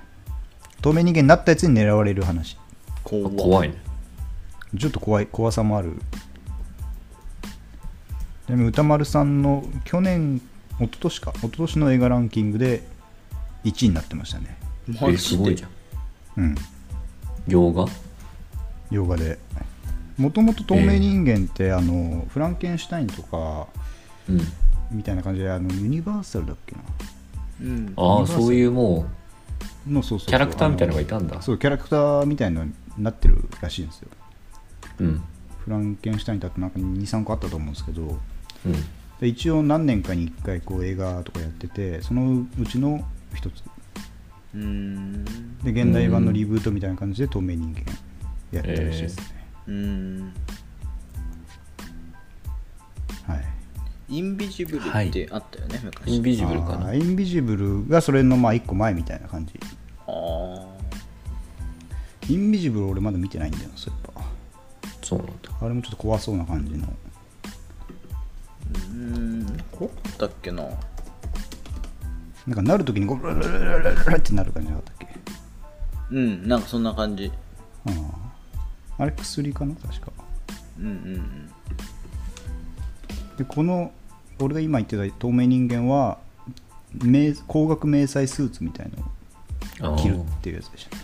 Speaker 2: 透明人間になったやつに狙われる話
Speaker 3: 怖い
Speaker 1: 怖いね
Speaker 2: ちょっと怖い怖さもあるちなみに歌丸さんの去年一昨年か一昨年の映画ランキングで1位になってましたね
Speaker 1: え
Speaker 3: マジです
Speaker 1: ごいじゃん
Speaker 2: うん
Speaker 1: 洋画
Speaker 2: 洋画でもともと透明人間って、あのフランケンシュタインとか
Speaker 1: うん
Speaker 2: みたいな感じであのユニバーサルだっけな
Speaker 3: うん
Speaker 1: あ
Speaker 2: 見ま
Speaker 1: あ
Speaker 2: すよ
Speaker 1: そういうも
Speaker 2: のそうそうそう
Speaker 1: うキャラクターみたいなのがいたん
Speaker 2: あ
Speaker 1: だ
Speaker 2: のそうキャラクターみたいなのになってるらしいんですよ
Speaker 1: うん
Speaker 2: フランケンシュタインだとなんか23個あったと思うんですけど
Speaker 1: うん
Speaker 2: で一応何年かに1回こう映画とかやっててそのうちの一つ
Speaker 3: うん
Speaker 2: で現代版のリブートみたいな感じで透明人間やってるらしいですね、
Speaker 3: うん
Speaker 2: はい
Speaker 3: インビジブルってあったよね、
Speaker 1: イ
Speaker 3: 昔
Speaker 1: ンビジブルかな
Speaker 2: あーインビジブルがそれのまあ1個前みたいな感じ
Speaker 3: ああ
Speaker 2: インビジブル俺まだ見てないんだよなそういえば
Speaker 1: そうなんだ
Speaker 2: あれもちょっと怖そうな感じの
Speaker 3: うん怖かったっけな
Speaker 2: なんかなるときにゴブラララララララってなる感じなかったっけ
Speaker 3: うんなんかそんな感じ
Speaker 2: あーあれ薬かな確か
Speaker 3: うんうん
Speaker 2: でこの俺が今言ってた透明人間は明光学迷彩スーツみたい
Speaker 1: あ
Speaker 2: のを
Speaker 1: ー
Speaker 2: 着るっていうやつでしたね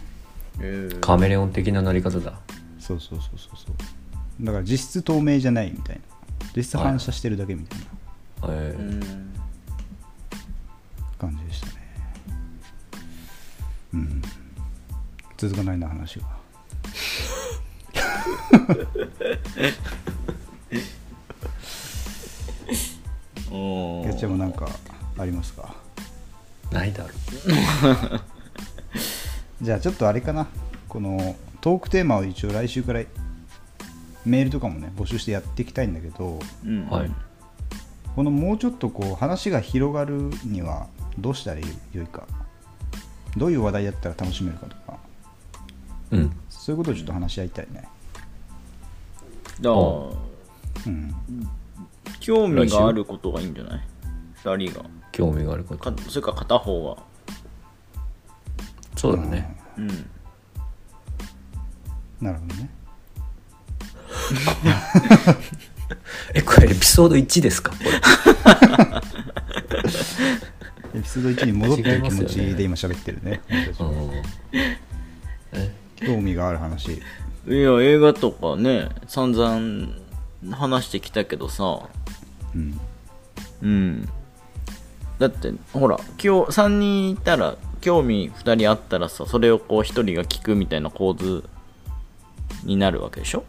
Speaker 3: えー
Speaker 1: カメレオン的ななり方だ
Speaker 2: そうそうそうそうそうだから実質透明じゃないみたいな実質反射してるだけみたいな
Speaker 1: え
Speaker 3: う
Speaker 1: ー
Speaker 3: ん
Speaker 2: 感じでしたねうん続かないな話が
Speaker 3: お
Speaker 2: やっちゃん
Speaker 3: ー
Speaker 2: もなんかありますか
Speaker 1: ないだろ
Speaker 2: じゃあちょっとあれかなこのトークテーマを一応来週からメールとかもね募集してやっていきたいんだけど
Speaker 3: うん
Speaker 1: はい
Speaker 2: このもうちょっとこう話が広がるにはどうしたらよいかどういう話題だったら楽しめるかとか
Speaker 1: うん
Speaker 2: そういうことをちょっと話し合いたいね
Speaker 3: だから
Speaker 1: う
Speaker 2: うん
Speaker 3: 興味があることがいいんじゃない二人が
Speaker 1: 興味があること
Speaker 3: かそれか片方が
Speaker 1: そうだね
Speaker 3: うん
Speaker 2: なるほどね
Speaker 1: えこれエピソード1ですかこれ
Speaker 2: エピソード1に戻ってる気持
Speaker 1: 違いますよ
Speaker 2: ち
Speaker 1: ね
Speaker 2: で今喋ってるね俺たち
Speaker 1: うん
Speaker 2: 興味がある話
Speaker 3: いや映画とかね散々話してきたけどさ
Speaker 2: うん
Speaker 3: うんだってほら今日3人いたら興味2人あったらさそれをこう1人が聞くみたいな構図になるわけでしょ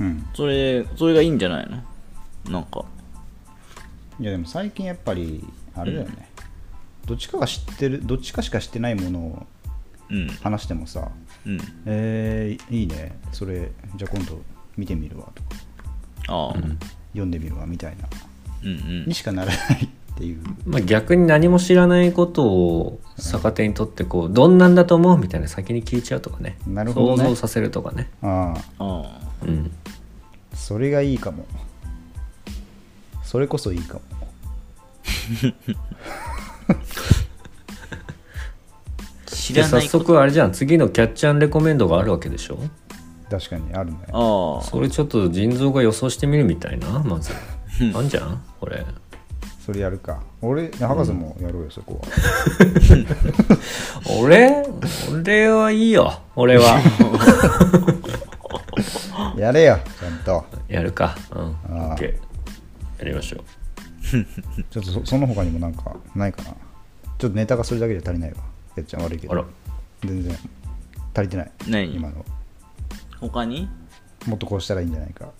Speaker 2: うん
Speaker 3: それそれがいいんじゃないのなんか
Speaker 2: いやでも最近やっぱりあれだよね、どっちかが知ってるどっちかしか知ってないものを
Speaker 3: うん
Speaker 2: 話してもさ
Speaker 3: うん
Speaker 2: えー、いいねそれじゃあ今度見てみるわとか
Speaker 3: ああ、うん、
Speaker 2: 読んでみるわみたいな
Speaker 3: うん
Speaker 2: にしかならないっていう
Speaker 1: まあ、逆に何も知らないことを逆手にとってこうどんなんだと思うみたいな先に聞いちゃうとかね
Speaker 2: なるほどね
Speaker 1: 想像させるとかね、
Speaker 2: ああ
Speaker 3: ああ
Speaker 1: うん、
Speaker 2: それがいいかもそれこそいいかも
Speaker 3: 知
Speaker 1: で
Speaker 3: らな
Speaker 1: 早
Speaker 3: いこと
Speaker 1: 速あれじゃん次のキャッチャンレコメンドがあるわけでしょ
Speaker 2: 確かにあるね
Speaker 3: ああ
Speaker 1: それちょっと腎臓が予想してみるみたいなまずあんじゃんこれ
Speaker 2: それやるか俺博士もやろうよ、そこ
Speaker 1: 俺俺はいいよ俺は
Speaker 2: はやれよちゃんと
Speaker 1: やるかうんオ
Speaker 2: あ
Speaker 1: ッケーやりましょう
Speaker 2: ちょっとそその他にもなんかないかなちょっとネタがそれだけじゃ足りないわやっちゃん悪いけ
Speaker 1: あら
Speaker 2: ど全然足りてない
Speaker 3: 何
Speaker 2: 今の
Speaker 3: 他に
Speaker 2: もっとこうしたらいいんじゃないかこ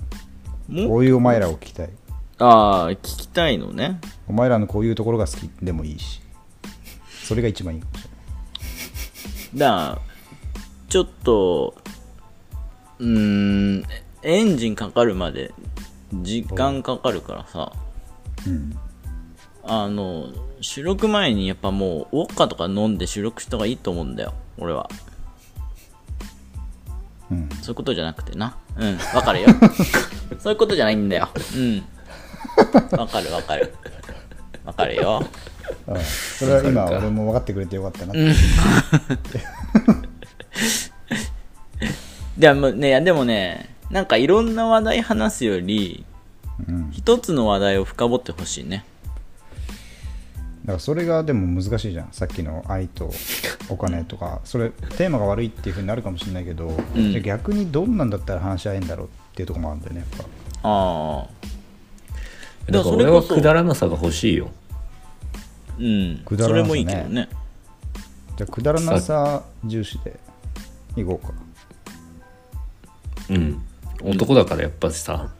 Speaker 3: も
Speaker 2: ういうお前らを聞きたい
Speaker 3: ああ聞きたいのね
Speaker 2: お前らのこういうところが好きでもいいしそれが一番いいかもしれない
Speaker 3: だからちょっとうーんエンジンかかるまで時間かかるからさ
Speaker 2: うん
Speaker 3: あの収録前にやっぱもうウォッカとか飲んで収録した方がいいと思うんだよ俺は
Speaker 2: うん
Speaker 3: そういうことじゃなくてなうんわかるよそういうことじゃないんだようんわかるわかるわかるよ
Speaker 2: ああそれは今俺も分かってくれてよかったなって
Speaker 3: でもねいやでもねなんかいろんな話題話すより
Speaker 2: うんだ
Speaker 3: 一つの話題を深掘ってほしいね
Speaker 2: からそれがでも難しいじゃんさっきの愛とお金とかそれテーマが悪いっていうふうになるかもしれないけど、
Speaker 3: ん
Speaker 2: じゃあ逆にどんなんだったら話し合えんだろうっていうところもあるんだよねやっ
Speaker 3: ああ
Speaker 1: だか
Speaker 3: だかららそれ
Speaker 1: 俺
Speaker 3: こ
Speaker 1: は
Speaker 3: そ
Speaker 1: くだらなさが欲しいよ
Speaker 3: うん
Speaker 2: くだ
Speaker 3: そ
Speaker 2: ら
Speaker 3: れ
Speaker 2: なさね
Speaker 3: もいいけどね
Speaker 2: ぱじゃあくだらなさ重視でいこうか
Speaker 1: うん男だからやっぱさ、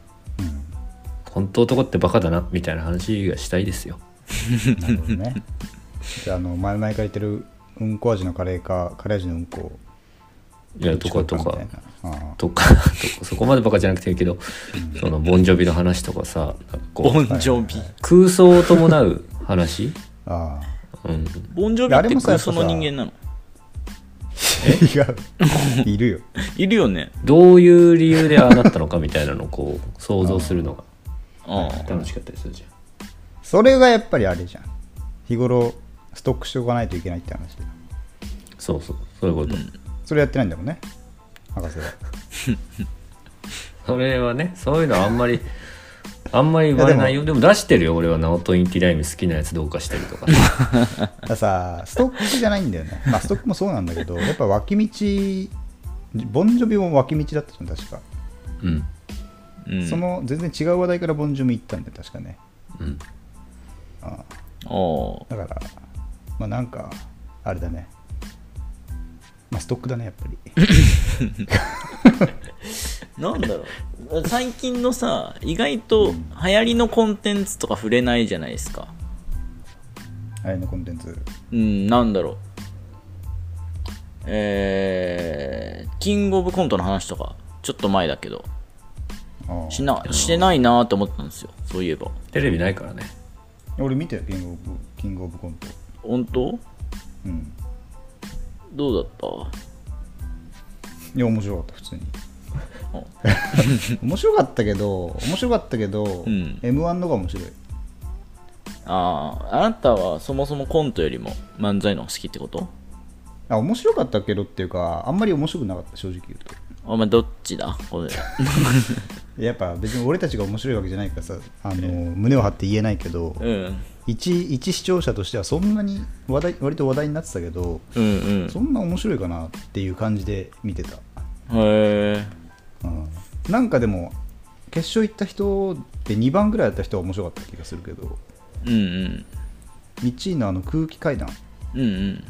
Speaker 1: 本当男ってバカだなみたいな話がしたいですよ
Speaker 2: なるほど ねじゃああの前々から言ってるうんこ味のカレーかカレー味のうんこ
Speaker 1: いやとかと
Speaker 2: どっち
Speaker 1: か
Speaker 2: みたいなああ
Speaker 1: とかとかそこまでバカじゃなくていいけどそのボンジョビの話とかさなんかこ
Speaker 3: ボ
Speaker 1: う
Speaker 3: ンジョビ
Speaker 1: 空想を伴う話、
Speaker 2: ああ
Speaker 1: うん、
Speaker 3: ボンジョビ
Speaker 2: あ
Speaker 3: っ
Speaker 2: れ
Speaker 3: て
Speaker 2: もさやっぱ
Speaker 3: その人間なの
Speaker 2: 違ういるよ
Speaker 3: いるよね
Speaker 1: どういう理由でああなったのかみたいなのをこう想像するのが
Speaker 3: ああ
Speaker 1: 楽しかったりするじゃん
Speaker 2: それがやっぱりあれじゃん日頃ストックしておかないといけないって話だよ
Speaker 1: そうそうそういうこと、
Speaker 2: それやってないんだもんね博士は
Speaker 1: それはねそういうのあんまりあんまり言われないよでも出してるよ俺はナオトインティライミ好きなやつどうかしてるとか
Speaker 2: だからさストックじゃないんだよね、まあ、ストックもそうなんだけどやっぱ脇道ボンジョビも脇道だったじゃん確か、
Speaker 1: うん
Speaker 3: うん、
Speaker 2: その全然違う話題からボンジョビ行ったんだよ確かね
Speaker 1: うん
Speaker 2: あ
Speaker 3: おー
Speaker 2: だからまあなんかあれだねまあストックだねやっぱり
Speaker 3: なんだろう最近のさ意外と流行りのコンテンツとか触れないじゃないですか
Speaker 2: あれのコンテンツ
Speaker 3: うんなんだろうえー、キングオブコントの話とかちょっと前だけど
Speaker 2: ああ
Speaker 3: しなしてないなーって思ったんですよそういえば
Speaker 1: テレビないからね
Speaker 2: 俺見てよキングオブキングオブコント
Speaker 3: 本当
Speaker 2: うん
Speaker 3: どうだった
Speaker 2: いや面白かった普通に
Speaker 3: お
Speaker 2: 面白かったけど面白かったけど、
Speaker 3: うん
Speaker 2: m 1の方が面白い
Speaker 3: あああなたはそもそもコントよりも漫才の方が好きってこと
Speaker 2: あ面白かったけどっていうかあんまり面白くなかった正直言うと
Speaker 3: お前どっちだこれ
Speaker 2: やっぱ別に俺たちが面白いわけじゃないからさあの胸を張って言えないけど
Speaker 3: うん
Speaker 2: 一一視聴者としてはそんなに話題割と話題になってたけど
Speaker 3: うんうんへ
Speaker 2: そんな面白いかなっていう感じで見てた、
Speaker 3: え
Speaker 2: うん、なんかでも決勝行った人で2番ぐらいだった人は面白かった気がするけど
Speaker 3: うんうん
Speaker 2: 1位のあの空気階段
Speaker 3: うんうん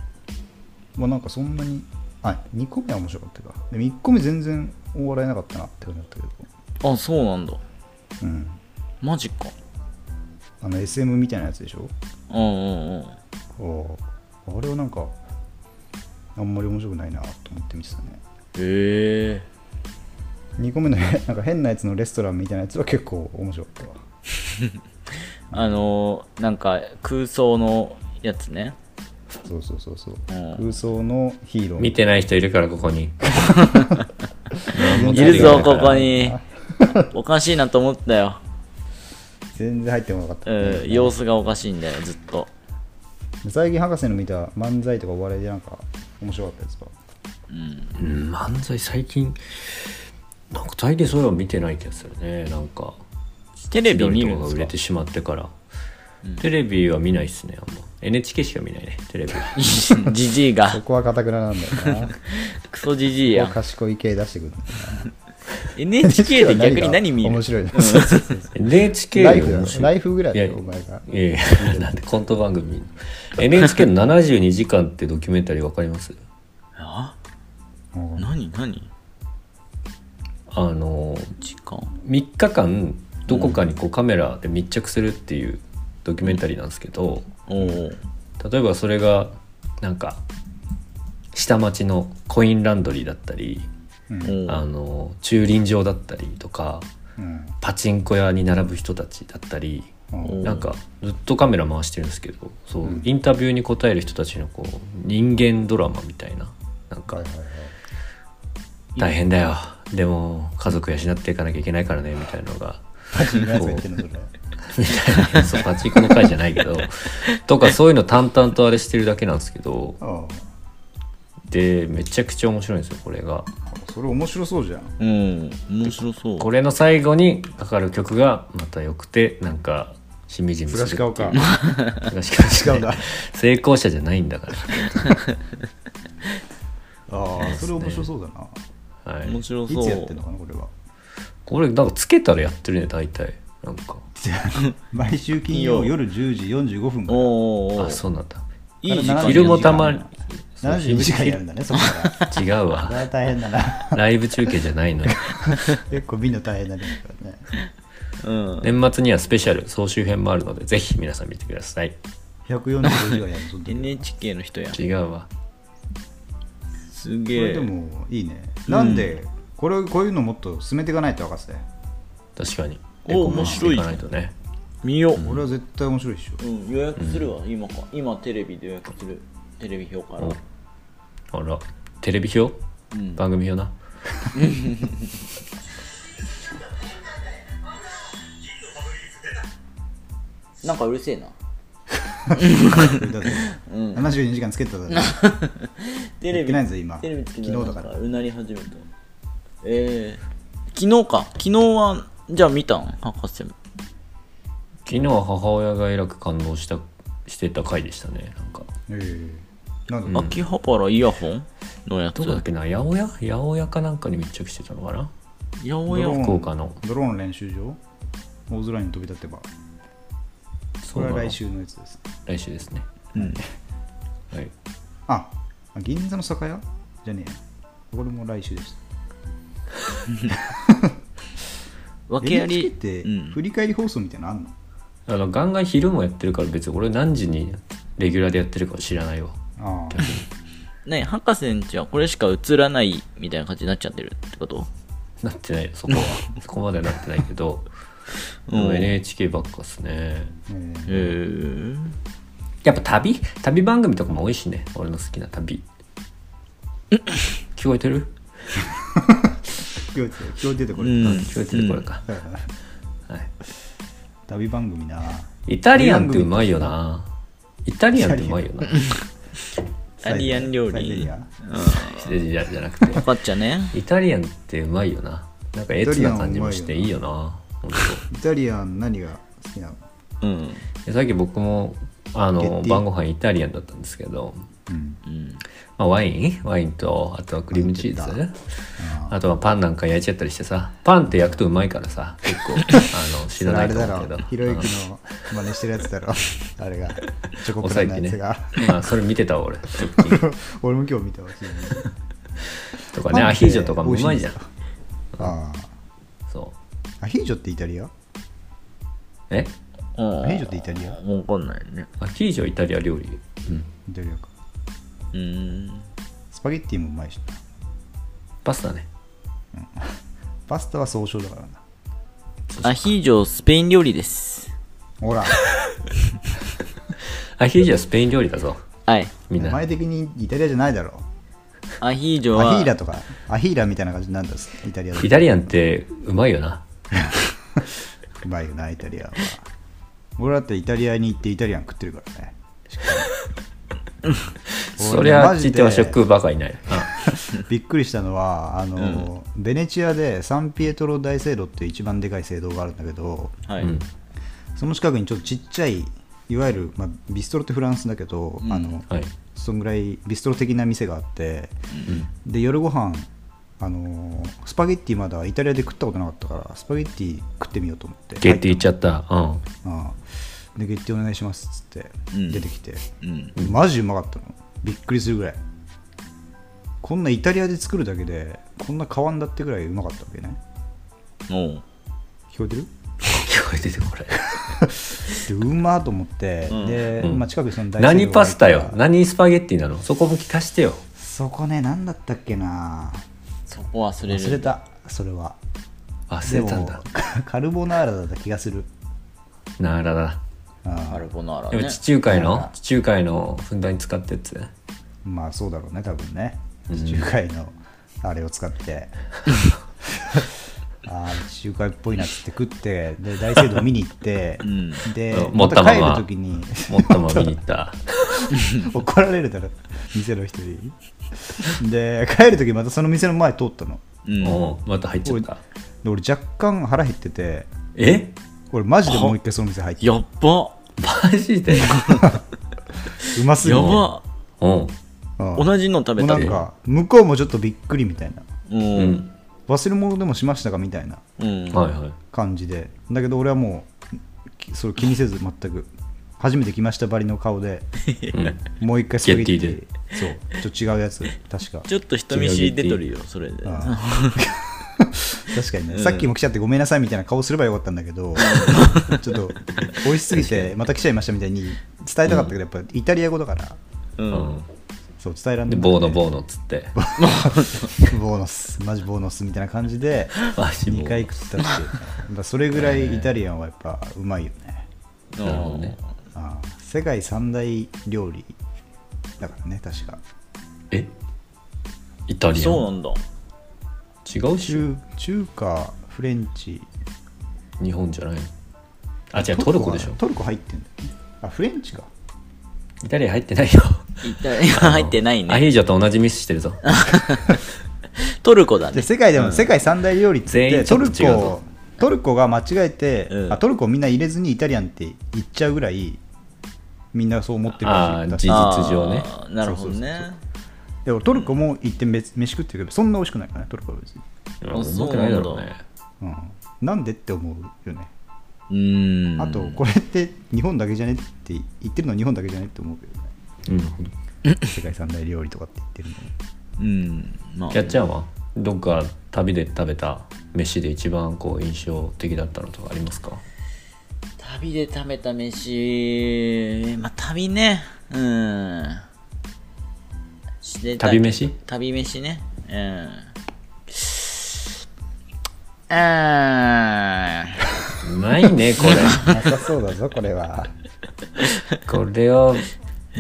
Speaker 2: まあなんかそんなにあ2個目は面白かったかでも1個目全然大笑えなかったなって感じだったけど、
Speaker 3: あそうなんだ
Speaker 2: うん、
Speaker 3: マジか
Speaker 2: あの SM みたいなやつでしょ
Speaker 3: うんうんうん
Speaker 2: あああれはなんかあんまり面白くないなと思って見てたね
Speaker 3: へえ
Speaker 2: 2個目の なんか変なやつのレストランみたいなやつは結構面白かったわ
Speaker 3: あのーなんか空想のやつね
Speaker 2: そうそうそうそう、
Speaker 3: うん
Speaker 2: 空想のヒーロー
Speaker 1: 見てない 人いるからここに
Speaker 3: いるぞここにおかしいなと思ったよ、
Speaker 2: 全然入ってこなかった、
Speaker 3: うん、様子がおかしいんだよずっと
Speaker 2: 最近博士の見た漫才とかお笑いでなんか面白かったやつか
Speaker 1: うん漫才最近なんか大抵そういうの見てない気がするねなんか
Speaker 3: テレビ見る
Speaker 1: 千鳥とかが
Speaker 3: んです
Speaker 1: 売
Speaker 3: か
Speaker 1: れてしまってから、テレビは見ないっすねあんま NHK しか見ないね テレビは
Speaker 3: じじい
Speaker 2: そ
Speaker 3: が
Speaker 2: こはかたくななんだよなこ
Speaker 3: クソじじい
Speaker 2: こは
Speaker 3: や
Speaker 2: 賢い系出してくる
Speaker 3: NHK で逆に何見る
Speaker 2: 面白いのそうそうそう
Speaker 1: NHK
Speaker 2: ライフだよ
Speaker 1: 面白い
Speaker 2: ライフぐらいだ
Speaker 1: い
Speaker 2: よ
Speaker 1: や
Speaker 2: お前が
Speaker 1: いやいや なんでコント番組 NHK の72時間ってドキュメンタリーわかります
Speaker 3: あ
Speaker 2: うん
Speaker 3: 何何
Speaker 1: あの
Speaker 3: 時間
Speaker 1: 3日間どこかにこうカメラで密着するっていうドキュメンタリーなんですけど
Speaker 3: おお
Speaker 1: 例えばそれがなんか下町のコインランドリーだったり
Speaker 2: うん
Speaker 3: お
Speaker 1: あ
Speaker 3: お
Speaker 1: の駐輪場だったりとか
Speaker 2: うん
Speaker 1: パチンコ屋に並ぶ人たちだったり
Speaker 2: うん
Speaker 1: なんかずっとカメラ回してるんですけどそうインタビューに答える人たちのこう人間ドラマみたいななん
Speaker 2: は
Speaker 1: か
Speaker 2: いはいはい
Speaker 1: 大変だよでも家族養っていかなきゃいけないからねみたいなの が
Speaker 2: パチンコのやつが言ってんのそれ
Speaker 1: みたいなそうパチンコの回じゃないけどとかそういうの淡々とあれしてるだけなんですけど
Speaker 2: あ
Speaker 1: でめちゃくちゃ面白いんですよこれが
Speaker 2: あそれ面白そうじゃん
Speaker 3: うん面白そう
Speaker 1: これの最後にかかる曲がまた良くてなんかしみじみする
Speaker 2: 菅氏顔か
Speaker 1: 東川氏ね
Speaker 2: 違うんだ
Speaker 1: 成功者じゃないんだか
Speaker 2: ああそれ面白そうだな
Speaker 1: ら、はい
Speaker 3: 面、白
Speaker 2: い
Speaker 3: そう
Speaker 2: つやってんのかなこれは
Speaker 1: これなんかつけたらやってるね大体なんか
Speaker 2: 毎週金曜夜10時45分から
Speaker 3: おーおーお
Speaker 1: あ
Speaker 3: ー
Speaker 1: そうなんだ
Speaker 3: いい時
Speaker 2: あ
Speaker 3: 間
Speaker 2: れ
Speaker 1: 昼もたまに
Speaker 2: 72時間やるんだねそこ
Speaker 1: 違
Speaker 2: から
Speaker 1: う
Speaker 2: それ
Speaker 1: わ
Speaker 2: は大変だな
Speaker 1: ライブ中継じゃないのよ
Speaker 2: 結構見るの大変だねだからね
Speaker 3: うん
Speaker 1: 年末にはスペシャル総集編もあるのでぜひ皆さん見てください
Speaker 2: 145時間やるそん な
Speaker 3: NHK の人や
Speaker 1: 違うわ
Speaker 3: す
Speaker 2: こ
Speaker 3: げ
Speaker 2: れ
Speaker 3: え
Speaker 2: でもいいねなんでこれこういうのもっと進めていかないと博士
Speaker 1: 確かに
Speaker 3: お
Speaker 1: レコメンしていかないとね
Speaker 3: 見よう、
Speaker 2: 俺は絶対面白いでしょ
Speaker 3: うん、予約するわ、今か今テレビで予約するテレビ表から
Speaker 1: おあらテレビ表、
Speaker 3: ん
Speaker 1: 番組表な
Speaker 3: なんかうるせえな
Speaker 2: だって72時間つけてただろ
Speaker 3: テ
Speaker 2: やってないぞ今
Speaker 3: テレビつけて
Speaker 2: 昨日だから
Speaker 3: なんうなり始めたええ昨日か昨日はじゃあ見たん博士
Speaker 1: 昨日は母親がえらく感動したしてた回でしたねなんか
Speaker 2: ええなんだろう
Speaker 1: うん
Speaker 3: 秋葉原イヤホンのやつ
Speaker 1: どこだっけな八百屋八百屋かなんかに密着してたのかな
Speaker 3: 八百
Speaker 2: ドロ
Speaker 3: 屋
Speaker 2: ーン
Speaker 1: 福岡の
Speaker 2: ドローン練習場大空に飛び立てば
Speaker 1: そ
Speaker 2: こ
Speaker 1: う
Speaker 2: れ
Speaker 1: な
Speaker 2: は
Speaker 1: の
Speaker 2: 来週のやつです
Speaker 1: 来週ですね
Speaker 3: うん
Speaker 1: はい
Speaker 2: あ銀座の酒屋じゃねえやこれも来週でした
Speaker 3: 訳あ
Speaker 2: NHK
Speaker 3: り
Speaker 2: って
Speaker 3: うん
Speaker 2: 振り返り放送みたいなのあんの、
Speaker 1: あのガンガン昼もやってるから別に俺何時にレギュラーでやってるかは知らないわ
Speaker 2: ああ
Speaker 3: ね博士んちはこれしか映らないみたいな感じになっちゃってるってこと
Speaker 1: なってないよ そこはそこまではなってないけど
Speaker 3: うん
Speaker 1: もう NHK ばっかっすね
Speaker 2: え
Speaker 3: へえ
Speaker 1: やっぱ旅旅番組とかも多いしね俺の好きな旅聞こえてる、
Speaker 2: え今日出て今日出てこ
Speaker 3: う
Speaker 2: れ、
Speaker 1: うんん、聞こえてるこれか、はい
Speaker 2: 旅番組な
Speaker 1: イタリアンってうまいよなイタリアンってうまいよな
Speaker 3: イタリアン料理
Speaker 2: サイゼリア
Speaker 1: じゃじゃなくて
Speaker 3: 分かっちゃね
Speaker 1: イタリアンってうまいよななんかエッチな感じもしていいよな本
Speaker 2: イタリアン何が好きなの
Speaker 3: うん
Speaker 1: 当でさっき僕もあ
Speaker 2: ゲ
Speaker 1: の
Speaker 2: ッティ
Speaker 1: 晩ご飯イタリアンだったんですけど、
Speaker 2: うん
Speaker 3: うん
Speaker 1: まあ、ワインワインとあとはクリームチ
Speaker 2: パ
Speaker 1: ー
Speaker 2: ンチ
Speaker 1: ズ
Speaker 2: あ
Speaker 1: あとはパンなんか焼いちゃったりしてさパンって焼くとうまいからさ結 構あの
Speaker 2: そ
Speaker 1: 死
Speaker 2: れ
Speaker 1: なな
Speaker 2: あ
Speaker 1: い
Speaker 2: れ
Speaker 1: と
Speaker 2: だ
Speaker 1: 思うけど
Speaker 2: ろひろゆきの真似してるやつ だろあれがチョコ
Speaker 1: 抑
Speaker 2: プラ
Speaker 1: え
Speaker 2: の
Speaker 1: て
Speaker 2: やつ
Speaker 1: ね
Speaker 2: が、
Speaker 1: まあ、それ見てたわ俺直近
Speaker 2: 俺も今日見てほしいね
Speaker 1: とかねアヒージョとかもうまいじゃん
Speaker 2: パああ
Speaker 1: そう
Speaker 2: アヒージョってイタリア
Speaker 1: え
Speaker 3: あ
Speaker 2: アヒージョってイタリア
Speaker 3: 分かんないね
Speaker 1: アヒージョイタリア料理、うん、
Speaker 2: イタリアか
Speaker 3: うん
Speaker 2: スパゲッティもうまいしな
Speaker 1: パスタね
Speaker 2: パスタは総称だからな
Speaker 3: アヒージョスペイン料理です
Speaker 2: ほら
Speaker 1: アヒージョはスペイン料理だぞ
Speaker 3: はい
Speaker 1: みん
Speaker 2: 名
Speaker 1: な
Speaker 2: 前的にイタリアじゃないだろ
Speaker 3: アヒージョは
Speaker 2: アヒーラとかアヒーラみたいな感じなんだイタリアだと
Speaker 1: イタリアンってうまいよな
Speaker 2: うまいよなイタリアは俺だってイタリアに行ってイタリアン食ってるからね しっかり
Speaker 1: そりゃあ
Speaker 2: 俺
Speaker 1: っち
Speaker 2: ね
Speaker 1: 行っては食うばかりないあ
Speaker 2: びっくりしたのはあの、ベネチアでサンピエトロ大聖堂っていう一番でかい聖堂があるんだけど
Speaker 3: はい、
Speaker 1: うん
Speaker 2: その近くにちょっとちっちゃいいわゆる、まあ、ビストロってフランスだけど、
Speaker 3: うん
Speaker 2: あの
Speaker 1: はい
Speaker 2: そんぐらいビストロ的な店があって、で夜ご飯あのースパゲッティまだイタリアで食ったことなかったからスパゲッティ食ってみようと思って
Speaker 1: ゲッティ行っちゃったうん
Speaker 2: ああでゲッティお願いしますっつって
Speaker 3: うん
Speaker 2: 出てきて、
Speaker 3: うん
Speaker 2: マジうまかったのびっくりするぐらいこんなイタリアで作るだけでこんな変わんだってぐらいうまかったわけね
Speaker 3: おう
Speaker 2: 聞こえてる
Speaker 1: 聞こえててこれ
Speaker 2: でうまーと思って、
Speaker 3: うん
Speaker 2: で、
Speaker 1: うん
Speaker 2: まあ、近くにその大聖堂がある
Speaker 1: 何パスタよ
Speaker 2: から
Speaker 1: 何スパゲッティなのそこも聞かしてよ
Speaker 2: そこね何だったっけな
Speaker 3: そこ忘れる
Speaker 2: 忘れたそれは
Speaker 1: 忘れたんだ
Speaker 2: でもカルボナーラだった気がする
Speaker 1: ならだ
Speaker 2: あ
Speaker 3: カルボナーラ
Speaker 1: で
Speaker 3: ね
Speaker 1: も地中海
Speaker 2: なら
Speaker 1: の地中海のふんだんに使ったやつ
Speaker 2: あまあそうだろうね多分ね地中海のあれを 使って、ああ地中海っぽいなっつって食ってで大聖堂見に行って、
Speaker 3: ん
Speaker 2: で
Speaker 1: うん
Speaker 2: ま
Speaker 1: 持っ
Speaker 2: た帰
Speaker 1: た
Speaker 2: る
Speaker 1: まま
Speaker 2: 時に
Speaker 1: もっとも見に行った
Speaker 2: 怒られるだろ店の人にで帰る時またその店の前通ったの
Speaker 3: うん
Speaker 1: もうまた入っちゃった
Speaker 2: で俺若干腹減ってて
Speaker 1: え
Speaker 2: 俺マジでもう一回その店入って
Speaker 3: やっば
Speaker 1: マジで
Speaker 2: うますぎ
Speaker 3: や
Speaker 2: て
Speaker 3: ば
Speaker 1: うん
Speaker 2: うん
Speaker 3: 同じの食べ
Speaker 2: も
Speaker 3: た
Speaker 2: うなんか向こうもちょっとびっくりみたいな
Speaker 3: う
Speaker 1: うんん
Speaker 2: 忘れ物でもしましたかみたいな
Speaker 3: うん
Speaker 1: はいはい
Speaker 2: 感じでだけど俺はもうきそれ気にせず全く初めて来ましたばりの顔で
Speaker 1: うん
Speaker 2: もう一回スパゲッティ
Speaker 1: ゲッテ
Speaker 2: そうちょっと違うやつ確か
Speaker 3: ちょっと人見知り出とるよそれで
Speaker 2: ああ確かにね、さっきも来ちゃってごめんなさいみたいな顔すればよかったんだけどちょっと美味しすぎてまた来ちゃいましたみたいに伝えたかったけど、やっぱイタリア語だから
Speaker 3: う
Speaker 1: うんん
Speaker 2: そう伝えらんな
Speaker 1: で
Speaker 2: い
Speaker 1: ボーノボーノっつって
Speaker 2: ボーナスマジボーナスみたいな感じで
Speaker 1: マジボーノ
Speaker 2: 2回 食ったっていうねやっぱそれぐらいイタリアンはやっぱうまいよね、
Speaker 1: なるほどね
Speaker 2: ああ世界三大料理だからね確か
Speaker 1: えイタリア
Speaker 3: そう
Speaker 1: ン
Speaker 3: なんだ
Speaker 1: 違うっしょ
Speaker 2: 中中華フレンチ
Speaker 1: 日本じゃないのあ違うトルコでしょ
Speaker 2: はトルコ入ってんだよねあフレンチか
Speaker 1: イタリア入ってないよ
Speaker 3: イタリア入ってな
Speaker 1: ア
Speaker 3: い
Speaker 1: ヒ
Speaker 3: ね
Speaker 1: ージョと同じミスしてるぞ
Speaker 3: トルコだ
Speaker 2: で
Speaker 3: ね
Speaker 2: 世界でも、世界三大料理っつっ
Speaker 1: 全
Speaker 2: て
Speaker 1: 員ち
Speaker 2: ト
Speaker 1: ょっと
Speaker 2: ル
Speaker 1: 違うぞ
Speaker 2: コトルコが間違えて、
Speaker 3: うん
Speaker 2: あトルコをみんな入れずにイタリアンって言っちゃうぐらいみんなそう思ってるらしい
Speaker 1: あー
Speaker 2: 確
Speaker 1: 事
Speaker 2: か
Speaker 1: 実上ね
Speaker 3: あーなるほどね
Speaker 2: でもトルコも行ってめ飯食ってるけどそんな美味しくないからねトルコは別に、
Speaker 3: あ
Speaker 1: 思ってないだろう
Speaker 3: そうなん
Speaker 1: ね
Speaker 3: だ
Speaker 2: うん、なんでって思うよね
Speaker 3: うーん
Speaker 2: あとこれって日本だけじゃねって言ってるのは日本だけじゃねって思うけどね
Speaker 1: うん
Speaker 2: 世界三大料理とかって言ってるの
Speaker 3: うんまあ
Speaker 1: やっちゃうわどっか旅で食べた飯で一番こう印象的だったのとかありますか
Speaker 3: 旅で食べた飯まあ旅ねうんしてた
Speaker 1: 旅飯
Speaker 3: 旅飯ねうんあ
Speaker 1: ない ねこ
Speaker 2: なさそうだぞこれは
Speaker 1: れこれを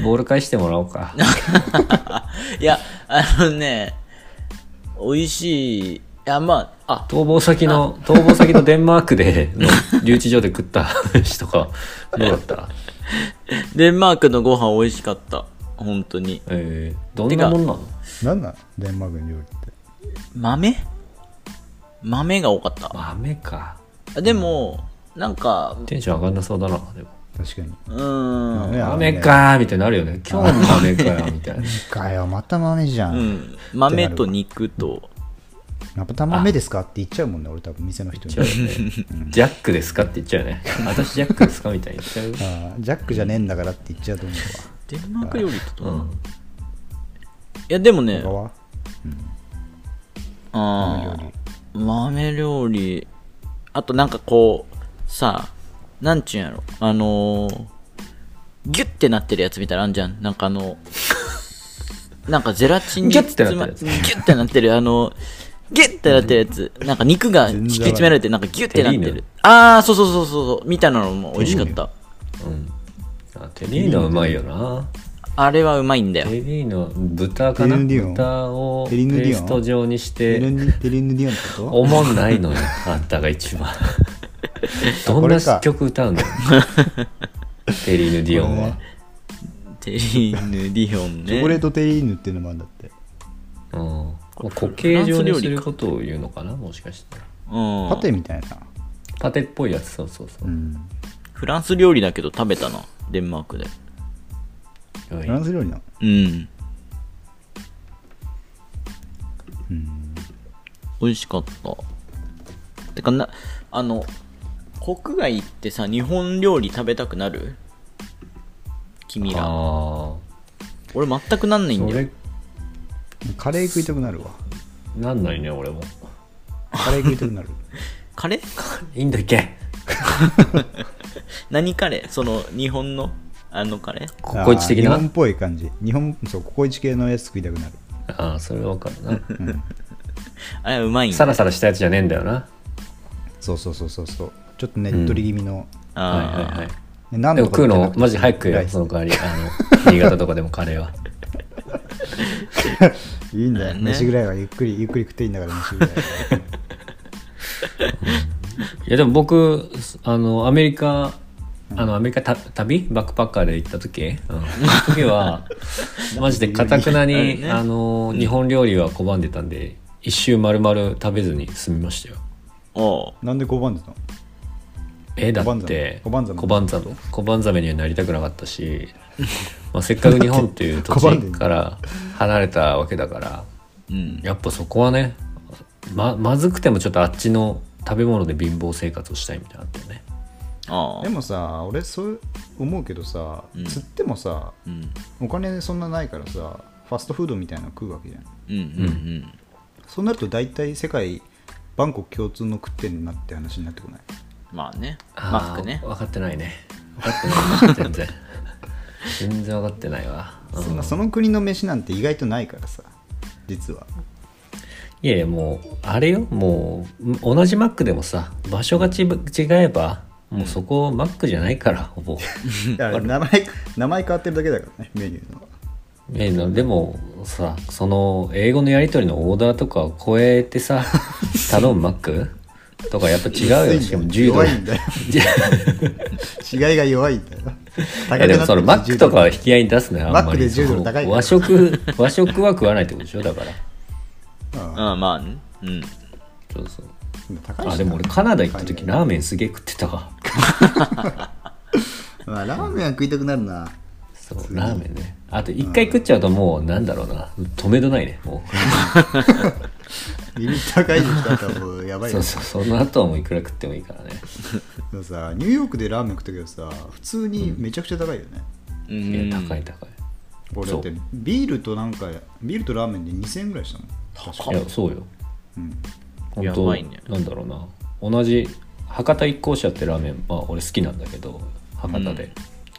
Speaker 1: ボール返してもらおうか
Speaker 3: ーいやあのね美味しいいやまああ
Speaker 1: 逃亡先 の逃亡先のデンマークでの留置所で食った飯とかどうだった
Speaker 3: デンマークのご飯美味しかった本当に
Speaker 1: えー、どんなもんなの
Speaker 2: 何なのデンマークの料理って
Speaker 3: 豆豆が多かった
Speaker 1: 豆か
Speaker 3: あでもなんか
Speaker 1: テンション上がんなそうだなでも
Speaker 2: 確かに
Speaker 3: うーん
Speaker 2: いや
Speaker 1: 豆かーみたいになるよね今日も豆かよみたい な
Speaker 2: かよまた豆じゃん、
Speaker 3: うん、豆と肉と
Speaker 2: また豆ですかって言っちゃうもんね俺多分店の人に
Speaker 1: 言っちゃうよねジャックですかって言っちゃうよね私ジャックですかみたいに言っちゃう
Speaker 2: あージャックじゃねえんだからって言っちゃうと思う
Speaker 3: デンマーク料理ってどう
Speaker 1: う
Speaker 3: なのい
Speaker 1: ん
Speaker 3: やでもね
Speaker 2: わ他は
Speaker 3: あー豆料理あとなんかこうさなんちゅうんやろあのー、ギュッてなってるやつみたいなのあんじゃんなんかあ のなんかゼラチンに
Speaker 1: ギュッてなってる
Speaker 3: ま
Speaker 1: やつ
Speaker 3: ギュッてなってるあのギュッてなってるやつなんか肉が敷き詰められてなんかギュッてなって
Speaker 1: テリー
Speaker 3: るああそうそうそうそうそうみたいなのも美味しかった
Speaker 1: うんあテリーノはうまいよな
Speaker 3: あれはうまいんだよ
Speaker 1: テリーノ豚かな
Speaker 2: テリーヌディオン
Speaker 1: 豚をペ
Speaker 2: テリーヌディオン
Speaker 1: ースト状にし
Speaker 2: テリ
Speaker 1: て
Speaker 2: ヌテリヌディオンってこと
Speaker 1: おもんないのよ あんたが一番ど
Speaker 2: こ
Speaker 1: ん
Speaker 2: れ
Speaker 1: な
Speaker 2: か
Speaker 1: 曲歌う のテリーヌ・ディオンは、
Speaker 3: テリーヌ・ディオン
Speaker 2: チョコレー
Speaker 3: ね
Speaker 2: トテリーヌっていうのもあるんだって
Speaker 1: うんまあ、
Speaker 3: こ
Speaker 1: 固
Speaker 3: れ
Speaker 1: 形状
Speaker 3: フラ
Speaker 1: に
Speaker 3: ンス料
Speaker 1: す
Speaker 3: 理
Speaker 1: る
Speaker 3: か
Speaker 1: ことを言うのかなもしかしたら
Speaker 3: うん
Speaker 2: パテみたいな
Speaker 1: パテっぽいやつそうそうそう
Speaker 2: う、ん
Speaker 3: フランス料理だけど食べたなデンマークで
Speaker 1: はい
Speaker 2: フランス料理なの
Speaker 3: うん
Speaker 2: うん
Speaker 3: 美味しかったてかなあの国外行ってさ日本料理食べたくなる君ら
Speaker 1: あ
Speaker 3: 俺全くなんない
Speaker 1: あそ
Speaker 3: んだよ
Speaker 1: れ
Speaker 2: カレー食いたくなるわ
Speaker 1: なんないね俺も
Speaker 2: カレー食いたくなる
Speaker 3: カレー
Speaker 1: いいんだっけ
Speaker 3: 何カレーその日本のあのカレー
Speaker 1: ココイチ的
Speaker 2: あー
Speaker 1: な
Speaker 2: 日本っぽい感じ日本そうココイチ系のやつ食いたくなる
Speaker 1: ああそれはわかるな
Speaker 3: あれうまいんだ
Speaker 1: サラサラしたやつじゃねえんだよな
Speaker 2: そうそうそうそうそうちょっとねっとり気味の、
Speaker 1: はい
Speaker 3: あー、
Speaker 1: はいはい
Speaker 2: ね何
Speaker 1: で
Speaker 2: 度
Speaker 1: も
Speaker 2: か
Speaker 1: 食うのマジ早く食え
Speaker 2: ラ
Speaker 1: よ
Speaker 2: イス
Speaker 1: その代わりあの新潟とかでもカレーはい
Speaker 2: いんだよ、
Speaker 3: ね
Speaker 2: 飯ぐらいはゆっくりゆっくり食っていいんだから飯ぐらいは
Speaker 1: いやでも僕あのアメリカあのアメリカた旅バックパッカーで行った時、うん、その時はマジでかたくなに、
Speaker 3: ね
Speaker 1: あの日本料理は拒んでたんで一周丸々食べずに済みましたよ
Speaker 3: おう
Speaker 2: なんで5番でたの
Speaker 1: えだって
Speaker 2: 小判ザメ
Speaker 1: 小判ザメ小判ザメにはなりたくなかったし、まあ、せっかく日本という土
Speaker 2: 小判で
Speaker 1: 地から離れたわけだから
Speaker 3: うん
Speaker 1: やっぱそこはねままずくてもちょっとあっちの食べ物で貧乏生活をしたいみたいなのあったよね
Speaker 3: あ
Speaker 2: で
Speaker 3: あ
Speaker 2: もさ俺そう思うけどさ、釣ってもさ
Speaker 3: うん
Speaker 2: お金そんなないからさファストフードみたいなの食うわけじゃん
Speaker 3: うんうん
Speaker 2: そうなると大体世界バンコク共通の食ってんなって話になってこない
Speaker 3: うんまあね
Speaker 1: あー
Speaker 3: マスクね
Speaker 1: 分かってないね分かってない全然全然分かってないわ、うん
Speaker 2: そんなその国の飯なんて意外とないからさ実はい
Speaker 1: やいやもうあれよもうん同じマックでもさ場所がち違えばもうそこマックじゃないからほぼ。
Speaker 2: あれ名前名前変わってるだけだからねメニューの
Speaker 1: えーなでもさその英語のやり取りのオーダーとかを超えてさ頼むマックとかやっぱ違うよしかも10ド
Speaker 2: 弱
Speaker 1: ル
Speaker 2: いんだよ
Speaker 1: いや
Speaker 2: 違いが弱い んだよ高
Speaker 1: でもそのマックとかは
Speaker 2: は
Speaker 1: 引き合いに出すのよあんまり
Speaker 2: マックで10ドル高いから
Speaker 1: 和食和食は食わないってことでしょだから
Speaker 3: うんまあねうん
Speaker 1: そうそう
Speaker 2: 今高いしな
Speaker 1: あでも俺カナダ行った時ラーメンすげえ食ってたわ
Speaker 2: まあラーメンは食いたくなるな
Speaker 1: そうラーメンねあと一回食っちゃうともうなんだろうな止めどないねも
Speaker 2: リミッター解除したら もうや
Speaker 1: う
Speaker 2: ばい
Speaker 1: そ
Speaker 2: よ
Speaker 1: うそうその後はもういくら食ってもいいからね
Speaker 2: でもさニューヨークでラーメン食ったけどさ普通にめちゃくちゃ高いよね、
Speaker 3: う
Speaker 1: い
Speaker 3: ん
Speaker 1: や高い高い
Speaker 2: 俺だって
Speaker 1: そう
Speaker 2: ビールとなんかビールとラーメンで2000円ぐらいしたもん
Speaker 3: 高
Speaker 1: い
Speaker 3: っ
Speaker 1: やそうよ
Speaker 2: うん
Speaker 1: 本
Speaker 3: や
Speaker 1: 当
Speaker 3: ばいね
Speaker 1: なんだろうな同じ博多一向社ってラーメンまあ俺好きなんだけど博多で、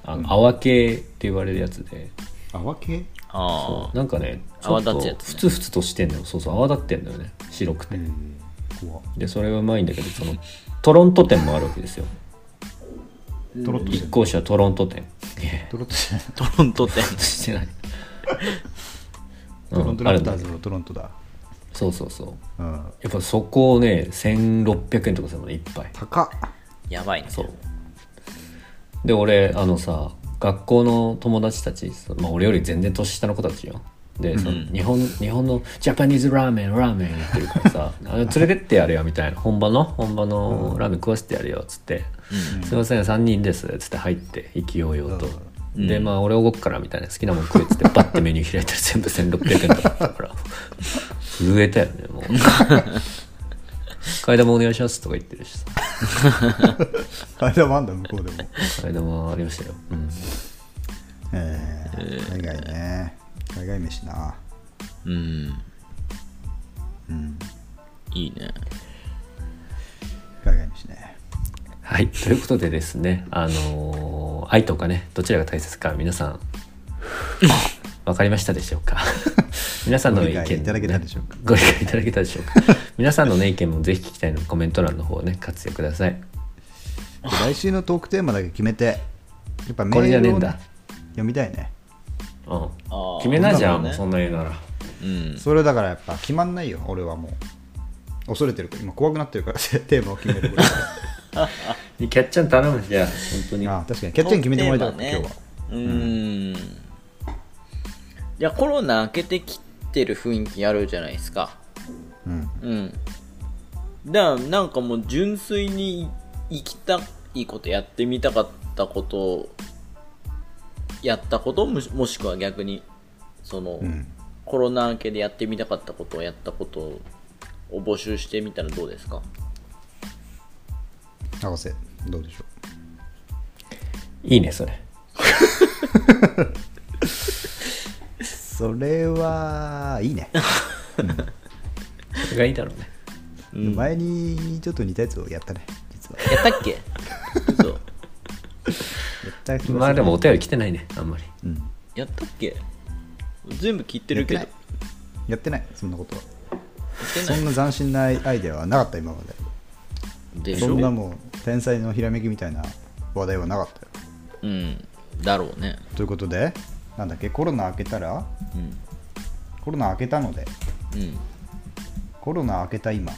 Speaker 1: あの泡系って言われるやつで
Speaker 2: 泡系
Speaker 3: あ
Speaker 1: なんかねちょ
Speaker 3: 泡
Speaker 1: っと
Speaker 3: 立つやつね
Speaker 1: ふつふつとしてんのよそうそう泡立ってんのよね白くて、
Speaker 2: 怖
Speaker 1: でそれがうまいんだけどそのトロント店もあるわけですよ
Speaker 2: トロッとして
Speaker 1: 一
Speaker 2: る
Speaker 1: 向社トロント店
Speaker 2: トロッとしてない
Speaker 3: あトロント店
Speaker 1: してない、
Speaker 2: トロント
Speaker 1: うんある
Speaker 2: ラ
Speaker 1: ん
Speaker 2: プター
Speaker 1: だ
Speaker 2: ズのトロントだ、
Speaker 1: そうそうそう
Speaker 2: うん、
Speaker 1: やっぱそこをね1600円とかするのねいっぱい
Speaker 2: 高っ
Speaker 3: やばいね
Speaker 1: そうで俺あのさ学校の友達たち、そまあ、俺より全然年下の子たちよでその日本日本のジャパニーズラーメンラーメンやってるからさあの連れてってやるよみたいな本場の本場のラーメン食わせてやるよっつって「すいません3人です」っつって入って勢いよと。でまあ俺おごっからみたいな好きなもん食えっつってバッてメニュー開いたら全部1600円とかだったから震えたよねもう 替え玉お願いしますとか言ってるしさ
Speaker 2: 間もあんだ向こう でも
Speaker 1: 替え玉ありましたよ、うん、
Speaker 2: えー海外ね海外飯な
Speaker 3: うんいいね
Speaker 2: 海外飯ね
Speaker 1: はい、ということでですね、あのー愛とかね、どちらが大切か、皆さ ん、わかりましたでしょうか。皆さんの意見、ね、
Speaker 2: ご理解いただけたでしょうか
Speaker 1: ご理解いただけたでしょう か。皆さんの、ね、意見もぜひ聞きたいので、コメント欄の方をね、活用ください。
Speaker 2: で来週のトークテーマだけ決めてやっぱメ
Speaker 1: これじゃ
Speaker 2: ー
Speaker 1: ねえ
Speaker 2: ル
Speaker 1: ん
Speaker 2: を
Speaker 1: だ
Speaker 2: 読みたいね
Speaker 1: うん、
Speaker 3: あー
Speaker 1: 決めなじゃん、も
Speaker 3: な
Speaker 1: う
Speaker 3: る
Speaker 1: そ
Speaker 3: ほ
Speaker 1: んな言うなら。
Speaker 3: うん
Speaker 2: それだからやっぱ決まんないよ俺はもう恐れてるから今怖くなってるから テーマを決め るぐらい
Speaker 1: キャッチャン頼むじゃあ、本当に。
Speaker 2: ああ確かにキャッチャン決めてもらいたかった、
Speaker 3: ね
Speaker 2: 今日は
Speaker 3: うんいやコロナ明けてきてる雰囲気あるじゃないですか
Speaker 2: うん
Speaker 3: うんだからなんかもう純粋に生きたいことやってみたかったことをやったこともしもしくは逆にその、
Speaker 2: うん
Speaker 3: コロナ明けでやってみたかったことをやったことを募集してみたらどうですか
Speaker 2: 博士どうでしょ
Speaker 1: いいね、それ。
Speaker 2: うそれはい いね、
Speaker 1: それがいいだろうね。
Speaker 2: 前にちょっと似たやつをやったね実は
Speaker 3: やったっけそう
Speaker 2: やった気がす る
Speaker 1: まあでもお便り来てないね、あんまり。
Speaker 2: うん
Speaker 3: やったっけ全部聞いてるけど
Speaker 2: やってないやってないそんなことは
Speaker 3: やって
Speaker 2: そ
Speaker 3: ない
Speaker 2: んな斬新なアイデアはなかった今ま
Speaker 3: で
Speaker 2: で
Speaker 3: しょ
Speaker 2: そんなもう天才のひらめきみたいな話題はなかったよ
Speaker 3: うんだろうね
Speaker 2: ということでなんだっけコロナ明けたら
Speaker 3: うん
Speaker 2: コロナ明けたので
Speaker 3: うん
Speaker 2: コロナ明けた今